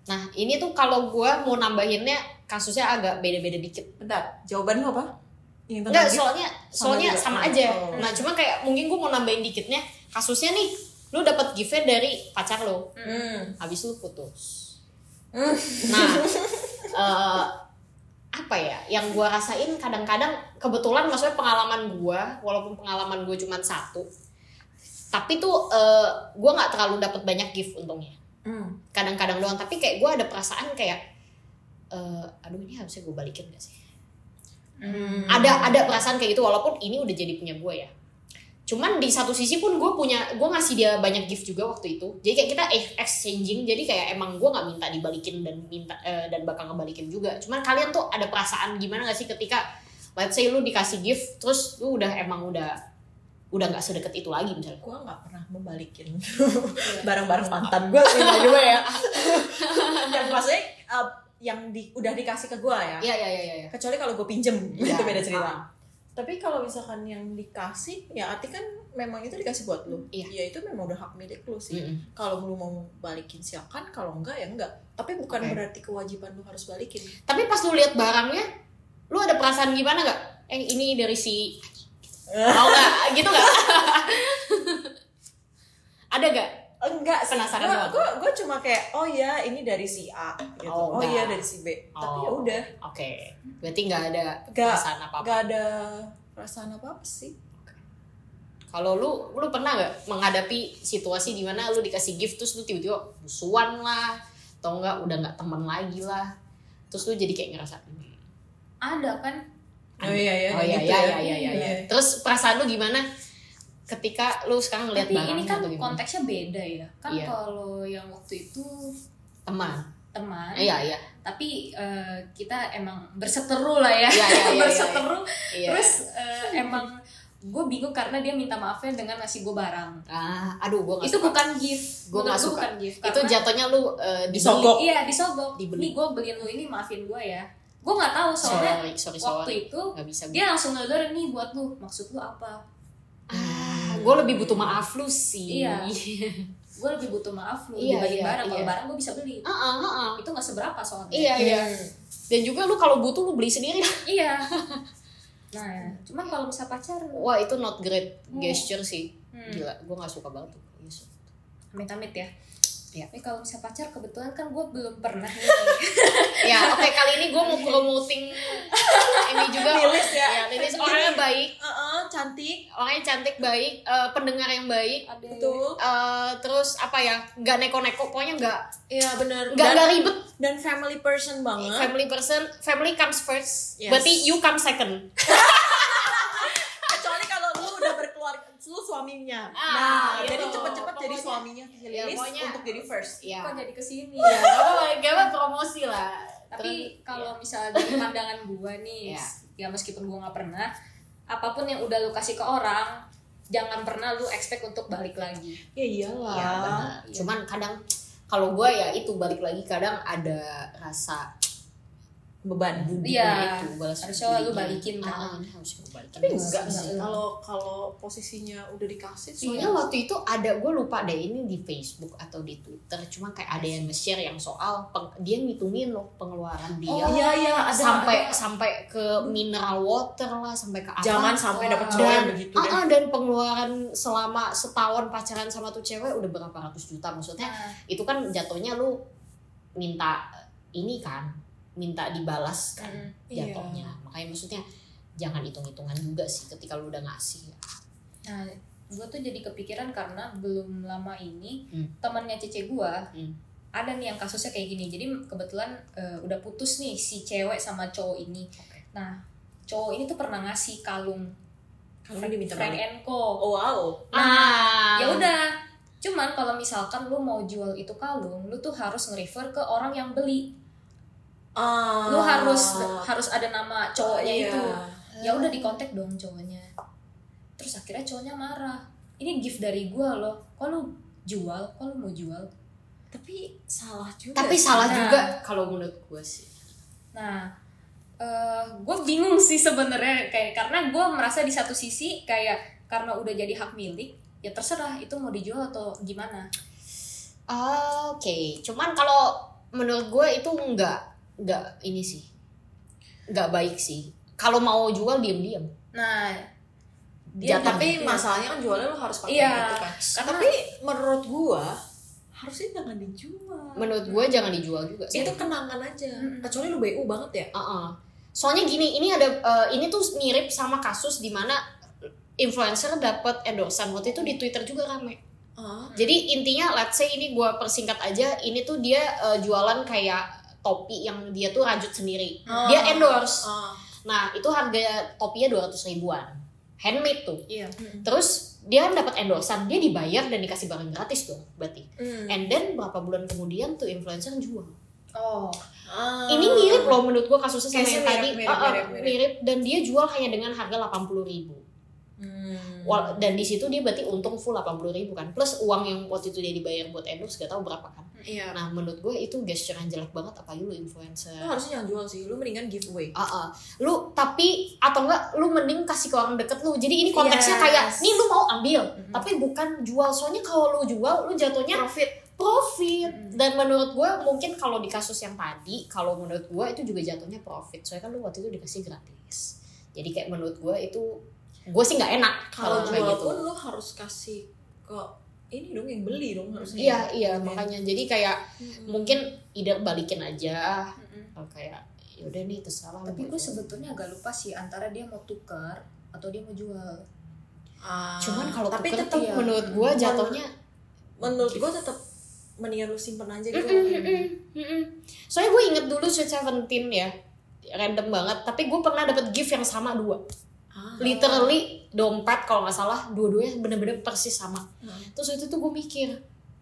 Speaker 1: Nah, ini tuh kalau gue mau nambahinnya kasusnya agak beda-beda dikit.
Speaker 2: Bentar, jawaban lu apa? Yang tentang
Speaker 1: Enggak,
Speaker 2: gift?
Speaker 1: soalnya
Speaker 2: sama
Speaker 1: soalnya
Speaker 2: juga.
Speaker 1: sama
Speaker 2: Oh.
Speaker 1: aja. Nah, cuma kayak mungkin gue mau nambahin dikitnya kasusnya nih, lu dapat gift dari pacar lo,
Speaker 2: Hmm.
Speaker 1: habis lu putus.
Speaker 2: Hmm.
Speaker 1: Nah, eh, apa ya yang gue rasain kadang-kadang kebetulan maksudnya pengalaman gue walaupun pengalaman gue cuma satu tapi tuh eh, gue nggak terlalu dapat banyak gift untungnya
Speaker 2: Hmm.
Speaker 1: kadang-kadang doang tapi kayak gue ada perasaan kayak eh, aduh ini harusnya gue balikin gak sih
Speaker 2: Hmm.
Speaker 1: ada ada perasaan kayak gitu walaupun ini udah jadi punya gue ya cuman di satu sisi pun gue punya gue ngasih dia banyak gift juga waktu itu jadi kayak kita ex- exchanging jadi kayak emang gue nggak minta dibalikin dan minta eh, dan bakal ngebalikin juga cuman kalian tuh ada perasaan gimana gak sih ketika let's say lu dikasih gift terus lu udah emang udah udah nggak sedekat itu lagi misalnya
Speaker 2: gue nggak pernah membalikin <laughs> barang-barang mantan gue sih by the way
Speaker 1: <laughs>
Speaker 2: ya yang maksudnya uh, yang di, udah dikasih ke gue ya
Speaker 1: Iya iya iya iya ya.
Speaker 2: kecuali kalau gue pinjem <laughs>
Speaker 1: Iya.
Speaker 2: itu beda cerita
Speaker 1: Ah.
Speaker 2: tapi kalau misalkan yang dikasih ya arti kan memang itu dikasih buat lu
Speaker 1: Iya.
Speaker 2: ya itu memang udah hak milik lu sih
Speaker 1: Mm-mm.
Speaker 2: kalau lu mau balikin silakan kalau enggak ya enggak tapi bukan
Speaker 1: Oke.
Speaker 2: berarti kewajiban lu harus balikin
Speaker 1: tapi pas lu lihat barangnya lu ada perasaan gimana nggak yang ini dari
Speaker 2: <laughs>
Speaker 1: si mau nggak gitu nggak ada gak
Speaker 2: enggak sih
Speaker 1: Penasaran
Speaker 2: gue
Speaker 1: doang.
Speaker 2: gue gue cuma kayak oh ya ini dari si A gitu
Speaker 1: Oh,
Speaker 2: oh,
Speaker 1: enggak.
Speaker 2: iya dari si B tapi
Speaker 1: Oh.
Speaker 2: ya udah
Speaker 1: oke berarti nggak ada
Speaker 2: Nggak,
Speaker 1: perasaan apa apa
Speaker 2: nggak ada perasaan apa apa sih
Speaker 1: kalau lu lu pernah nggak menghadapi situasi di mana lu dikasih gift terus lu tiba-tiba musuhan lah atau enggak udah nggak teman lagi lah terus lu jadi kayak ngerasa "Hmm,
Speaker 3: ada kan
Speaker 2: oh iya iya
Speaker 1: oh iya iya
Speaker 2: gitu ya.
Speaker 1: iya iya iya, iya. terus perasaan lu gimana ketika lu sekarang lihat
Speaker 3: tapi ini
Speaker 1: barangnya
Speaker 3: kan
Speaker 1: atau gimana
Speaker 3: konteksnya beda ya kan
Speaker 1: Iya.
Speaker 3: kalau yang waktu itu
Speaker 1: teman
Speaker 3: teman
Speaker 1: iya iya
Speaker 3: tapi eh, kita emang berseteru lah ya
Speaker 1: Iya, iya, iya, iya.
Speaker 3: berseteru
Speaker 1: iya
Speaker 3: terus eh, emang gue bingung karena dia minta maafnya dengan ngasih gue barang
Speaker 1: ah aduh gua nggak
Speaker 3: itu
Speaker 1: suka.
Speaker 3: bukan gift
Speaker 1: Gua
Speaker 3: Menurut
Speaker 1: nggak
Speaker 3: gua
Speaker 1: suka.
Speaker 3: bukan gift
Speaker 1: itu
Speaker 3: karena-
Speaker 1: jatuhnya lu eh, dibeli.
Speaker 2: Disogok.
Speaker 3: iya disogok
Speaker 1: Dibeli. Iya,
Speaker 3: nih gue beliin lu ini maafin gue ya gue nggak tahu soalnya
Speaker 1: sorry sorry
Speaker 3: waktu
Speaker 1: sorry
Speaker 3: itu
Speaker 1: nggak bisa gua.
Speaker 3: dia langsung ngeluarin nih buat lu maksud lu apa
Speaker 1: ah gue lebih butuh maaf lu sih <laughs>
Speaker 3: Iya. gue lebih butuh maaf lu
Speaker 1: Iya,
Speaker 3: dibanding
Speaker 1: iya,
Speaker 3: barang kalau
Speaker 1: iya.
Speaker 3: barang gue bisa beli
Speaker 1: Ah, ah, ah, ah.
Speaker 3: itu nggak seberapa soalnya
Speaker 1: Iya, iya. Dan juga lu kalau butuh lu beli sendiri.
Speaker 3: Iya. <laughs> nah cuman kalau misal pacar
Speaker 1: Wah, itu not great
Speaker 3: Hmm.
Speaker 1: gesture sih.
Speaker 3: hmm,
Speaker 1: Gila, gua nggak suka banget tuh. Yes.
Speaker 3: amit-amit ya
Speaker 1: Iya.
Speaker 3: tapi kalau misal pacar kebetulan kan gue belum pernah nih
Speaker 1: Ya, oke kali ini gua mau promoting ini
Speaker 3: <laughs>
Speaker 1: juga.
Speaker 2: Lilis ya.
Speaker 1: Ya, Lilis orangnya baik,
Speaker 2: Heeh, cantik
Speaker 1: orangnya cantik baik, eh, pendengar yang
Speaker 3: <laughs>
Speaker 1: baik.
Speaker 3: ada
Speaker 2: betul
Speaker 1: Eh, terus apa ya? Nggak neko-neko, pokoknya nggak
Speaker 2: iya
Speaker 1: nggak
Speaker 2: benar
Speaker 1: nggak
Speaker 2: dan,
Speaker 1: ribet.
Speaker 2: dan family person banget
Speaker 1: Family person, family comes first.
Speaker 2: Yes.
Speaker 1: Berarti you come second.
Speaker 2: Ah, kecuali kalau lu udah berkeluarga lu suaminya
Speaker 1: Ah,
Speaker 2: nah
Speaker 1: gitu.
Speaker 2: jadi cepet-cepet jadi
Speaker 1: Pokoknya-
Speaker 2: suaminya si
Speaker 1: Ya,
Speaker 2: Lilis
Speaker 1: pokoknya-
Speaker 2: untuk jadi first
Speaker 1: Ya.
Speaker 3: kok jadi kesini
Speaker 1: Ya, nggak apa-apa, nggak apa promosi lah.
Speaker 3: tapi kalau misal dari pandangan gua nih
Speaker 1: Iya.
Speaker 3: ya meskipun gua nggak pernah apapun yang udah lu kasih ke orang jangan pernah lu expect untuk balik lagi
Speaker 2: ya iyalah
Speaker 1: Iya benar.
Speaker 3: iya.
Speaker 1: Cuman kadang kalau gue ya itu balik lagi kadang ada rasa
Speaker 2: beban
Speaker 1: budi
Speaker 3: Iya.
Speaker 1: ya itu balas
Speaker 3: Harusnya
Speaker 1: budinya.
Speaker 3: lu balikin kan.
Speaker 1: Ah, ini harus lu balikin.
Speaker 2: tapi enggak
Speaker 3: enggak.
Speaker 2: sih kalau kalau posisinya udah dikasih
Speaker 1: Soalnya
Speaker 2: soalnya
Speaker 1: waktu itu ada gue lupa deh ini di Facebook atau di Twitter cuma kayak ada yang nge-share yang soal peng- dia ngitungin loh pengeluaran dia
Speaker 2: iya iya ada
Speaker 1: sampai sampai ke mineral water lah sampai ke apa
Speaker 2: jangan sampai
Speaker 3: Dan-
Speaker 2: dapat cowok yang
Speaker 1: dan
Speaker 2: begitu
Speaker 1: ah,
Speaker 2: deh
Speaker 1: ah, dan pengeluaran selama setahun pacaran sama tuh cewek udah berapa ratus juta maksudnya
Speaker 3: nah,
Speaker 1: itu kan jatuhnya lu minta ini kan minta dibalas kan
Speaker 3: mm,
Speaker 2: Iya.
Speaker 1: jatuhnya makanya maksudnya jangan hitung-hitungan juga sih ketika lu udah ngasih
Speaker 3: nah gua tuh jadi kepikiran karena belum lama ini
Speaker 1: Hmm.
Speaker 3: temannya cece gua
Speaker 1: Hmm.
Speaker 3: ada nih yang kasusnya kayak gini jadi kebetulan eh, udah putus nih si cewek sama cowok ini
Speaker 1: Oke.
Speaker 3: nah cowok ini tuh pernah ngasih kalung
Speaker 2: kalau diminta
Speaker 3: Frank
Speaker 2: balik
Speaker 3: and Co
Speaker 2: oh wow
Speaker 1: ah
Speaker 3: ya udah cuman kalau misalkan lu mau jual itu kalung lu tuh harus nge-refer ke orang yang beli
Speaker 2: Ah.
Speaker 3: lu harus harus ada nama cowoknya
Speaker 2: Iya.
Speaker 3: itu ya udah di kontak dong cowoknya terus akhirnya cowoknya marah ini gift dari gua loh kok lu jual kok lu mau jual
Speaker 2: tapi salah juga
Speaker 1: tapi salah
Speaker 3: Nah.
Speaker 1: juga kalau menurut gue sih
Speaker 3: nah eh gue bingung sih sebenarnya kayak karena gua merasa di satu sisi kayak karena udah jadi hak milik ya terserah itu mau dijual atau gimana
Speaker 1: oke cuman kalau menurut gue itu enggak enggak ini sih enggak baik sih kalau mau jual diam-diam
Speaker 3: nah dia
Speaker 1: Ya,
Speaker 3: Iya.
Speaker 2: tapi masalahnya kan jualnya lu harus pakai
Speaker 3: Iya.
Speaker 2: itu kan
Speaker 3: Karena-
Speaker 2: tapi menurut gua harusnya jangan dijual
Speaker 1: menurut gue jangan dijual juga sih
Speaker 2: itu kenangan aja
Speaker 3: Mm-mm.
Speaker 2: kecuali lu BU banget ya
Speaker 1: Ah, ah. Soalnya gini, ini ada eh, ini tuh mirip sama kasus di mana influencer dapat endorsean waktu itu di Twitter juga rame.
Speaker 2: Ah,
Speaker 1: Jadi intinya let's say ini gua persingkat aja, ini tuh dia eh, jualan kayak topi yang dia tuh rajut sendiri.
Speaker 3: Oh.
Speaker 1: Dia endorse.
Speaker 2: ah.
Speaker 1: Nah, itu harga topinya 200 ribuan. Handmade tuh.
Speaker 3: Iya.
Speaker 1: Terus dia kan dapat endorsean, dia dibayar dan dikasih barang gratis dong berarti.
Speaker 3: Hmm.
Speaker 1: And then berapa bulan kemudian tuh influencer jual.
Speaker 3: Oh.
Speaker 2: Ah.
Speaker 1: Ini mirip loh menurut gua kasusnya sama
Speaker 2: Kasusnya
Speaker 1: yang
Speaker 2: mirip,
Speaker 1: tadi.
Speaker 2: ya, mirip,
Speaker 1: Ah, ah,
Speaker 2: mirip, mirip.
Speaker 1: mirip. dan dia jual hanya dengan harga 80 ribu.
Speaker 2: Hmm.
Speaker 1: Wal- Dan di situ dia berarti untung full 80 ribu kan. Plus uang yang waktu itu dia dibayar buat endorse gak tahu berapa kan.
Speaker 2: Iya.
Speaker 1: Nah menurut gue itu gesture yang jelek banget apalagi lu influencer.
Speaker 2: Lu harusnya yang jual sih, lu mendingan giveaway.
Speaker 1: Ah, ah. lu tapi atau enggak lu mending kasih ke orang deket lu jadi ini konteksnya
Speaker 2: Yes.
Speaker 1: kayak nih lu mau ambil
Speaker 2: Mhm.
Speaker 1: tapi bukan jual soalnya kalau lu jual lu jatuhnya
Speaker 2: Profit.
Speaker 1: profit
Speaker 2: Mhm.
Speaker 1: dan menurut gue mungkin kalau di kasus yang tadi kalau menurut gue itu juga jatuhnya profit soalnya kan lu waktu itu dikasih gratis jadi kayak menurut gue itu gue sih nggak enak
Speaker 2: Kalau
Speaker 1: kalau
Speaker 2: jual
Speaker 1: kayak gitu
Speaker 2: pun lu harus kasih ke ini dong yang beli dong harusnya.
Speaker 1: iya iya
Speaker 2: Iya. Mhm.
Speaker 1: makanya jadi kayak
Speaker 2: Mm-mm.
Speaker 1: mungkin tidak balikin aja
Speaker 2: Mm-mm.
Speaker 1: Kalau kayak yaudah nih terserah lu
Speaker 3: Tapi gue
Speaker 1: mau jual.
Speaker 3: sebetulnya agak lupa sih antara dia mau tukar atau dia mau jual.
Speaker 2: Ah,
Speaker 1: cuman kalau
Speaker 2: tapi
Speaker 1: tuker
Speaker 2: tetap
Speaker 1: tuh ya. iya. menurut gue
Speaker 2: Cuman-
Speaker 1: jatuhnya
Speaker 2: menurut gua tetap mendingan lu simpen aja gitu.
Speaker 1: Mm-mm, mm-mm, mm-mm. Soalnya gue inget dulu Sweet Seventeen ya random banget tapi gue pernah dapat gift yang sama dua
Speaker 2: Ah.
Speaker 1: literally dompet kalau nggak salah dua-duanya bener-bener persis sama
Speaker 2: Hmm.
Speaker 1: terus itu tuh gue mikir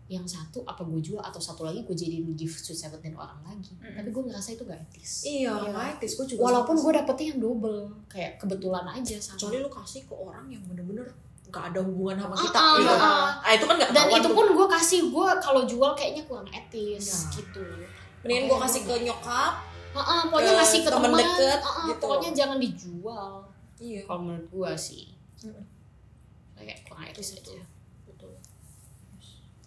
Speaker 1: yang satu apa gue jual atau satu lagi gue jadiin gift Sweet Seventeen orang lagi tapi gue ngerasa itu gak etis
Speaker 2: Iya,
Speaker 3: Iya.
Speaker 2: orang etis gua juga.
Speaker 1: walaupun
Speaker 2: sama
Speaker 1: gue
Speaker 2: sih.
Speaker 1: dapetnya yang double kayak kebetulan aja sama
Speaker 2: kecuali lu kasih ke orang yang bener-bener gak ada hubungan sama
Speaker 1: Ah,
Speaker 2: kita.
Speaker 1: ah,
Speaker 2: Iya.
Speaker 1: ah.
Speaker 2: Ah, itu kan gak
Speaker 1: dan itu pun gue kasih gue kalau jual kayaknya kurang etis
Speaker 2: Nah.
Speaker 1: gitu
Speaker 2: mendingan gua kasih ke nyokap.
Speaker 1: Heeh, pokoknya
Speaker 2: Ke
Speaker 1: ngasih ke
Speaker 2: temen
Speaker 1: teman
Speaker 2: deket,
Speaker 1: Heeh,
Speaker 2: gitu.
Speaker 1: pokoknya jangan dijual
Speaker 2: Iya.
Speaker 1: kalau menurut gua sih
Speaker 2: Mm-mm.
Speaker 1: kayak kurang etis aja
Speaker 2: Betul. Betul.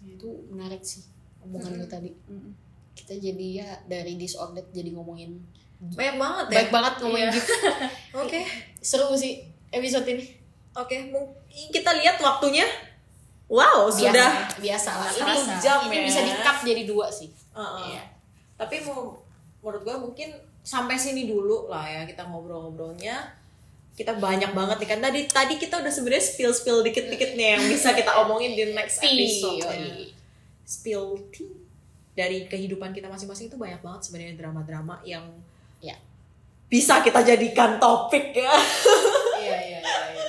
Speaker 1: Ya, itu menarik sih omongan lu tadi kita jadi ya dari disordered jadi ngomongin
Speaker 2: Banyak banget ya.
Speaker 1: baik banget ngomongin
Speaker 2: Iya.
Speaker 1: gift
Speaker 2: Oke.
Speaker 1: seru sih episode ini
Speaker 2: Oke, mungkin kita lihat waktunya. Wow, sudah.
Speaker 1: biasa lah ini,
Speaker 2: Satu
Speaker 1: Iya,
Speaker 2: jam
Speaker 1: ini
Speaker 2: ya.
Speaker 1: bisa di cut jadi dua sih
Speaker 2: Uh-uh.
Speaker 1: Iya.
Speaker 2: Tapi mau menurut gue mungkin sampai sini dulu lah ya kita ngobrol-ngobrolnya. Kita banyak banget nih kan tadi tadi kita udah sebenarnya spill spill dikit-dikit nih yang bisa kita omongin di next
Speaker 1: Tea,
Speaker 2: episode. ya.
Speaker 1: yoi.
Speaker 2: Spill tea dari kehidupan kita masing-masing itu banyak banget sebenarnya drama-drama yang
Speaker 1: Ya.
Speaker 2: bisa kita jadikan topik ya.
Speaker 1: iya iya iya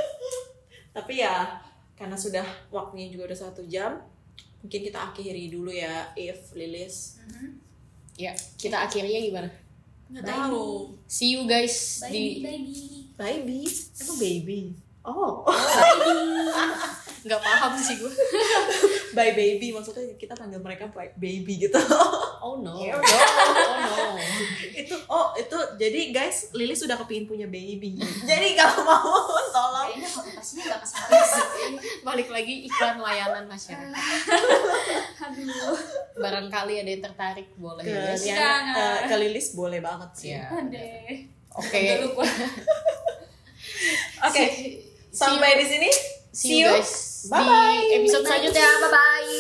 Speaker 2: Tapi ya karena sudah waktunya juga udah satu jam, mungkin kita akhiri dulu ya if Lilis.
Speaker 1: ya kita akhirnya gimana
Speaker 2: Nggak
Speaker 3: Bye.
Speaker 2: tahu.
Speaker 1: see you guys
Speaker 3: Bye,
Speaker 1: di
Speaker 3: baby.
Speaker 2: Baby, emang baby. Oh, <laughs>
Speaker 1: nggak paham sih gua
Speaker 2: by baby maksudnya kita panggil mereka by baby gitu. Ya
Speaker 1: oh
Speaker 2: <laughs>
Speaker 1: no
Speaker 2: Yeah.
Speaker 1: oh no
Speaker 2: itu oh itu jadi guys Lili sudah kepingin punya
Speaker 1: <laughs>
Speaker 2: baby. jadi kalau mau tolong.
Speaker 3: Kayaknya konotasinya gak kesana sih.
Speaker 1: balik lagi iklan layanan masyarakat barangkali ada yang tertarik boleh
Speaker 2: Ke,
Speaker 1: ya.
Speaker 2: Lian-
Speaker 3: Jangan.
Speaker 2: eh, ke Lilis boleh banget sih.
Speaker 1: Iya.
Speaker 3: Aduh.
Speaker 1: oke
Speaker 3: Dulu gua.
Speaker 2: Oke,
Speaker 1: See- see
Speaker 2: sampai
Speaker 1: you-
Speaker 2: di sini.
Speaker 1: see you guys
Speaker 2: Bye-bye.
Speaker 1: di episode selanjutnya bye bye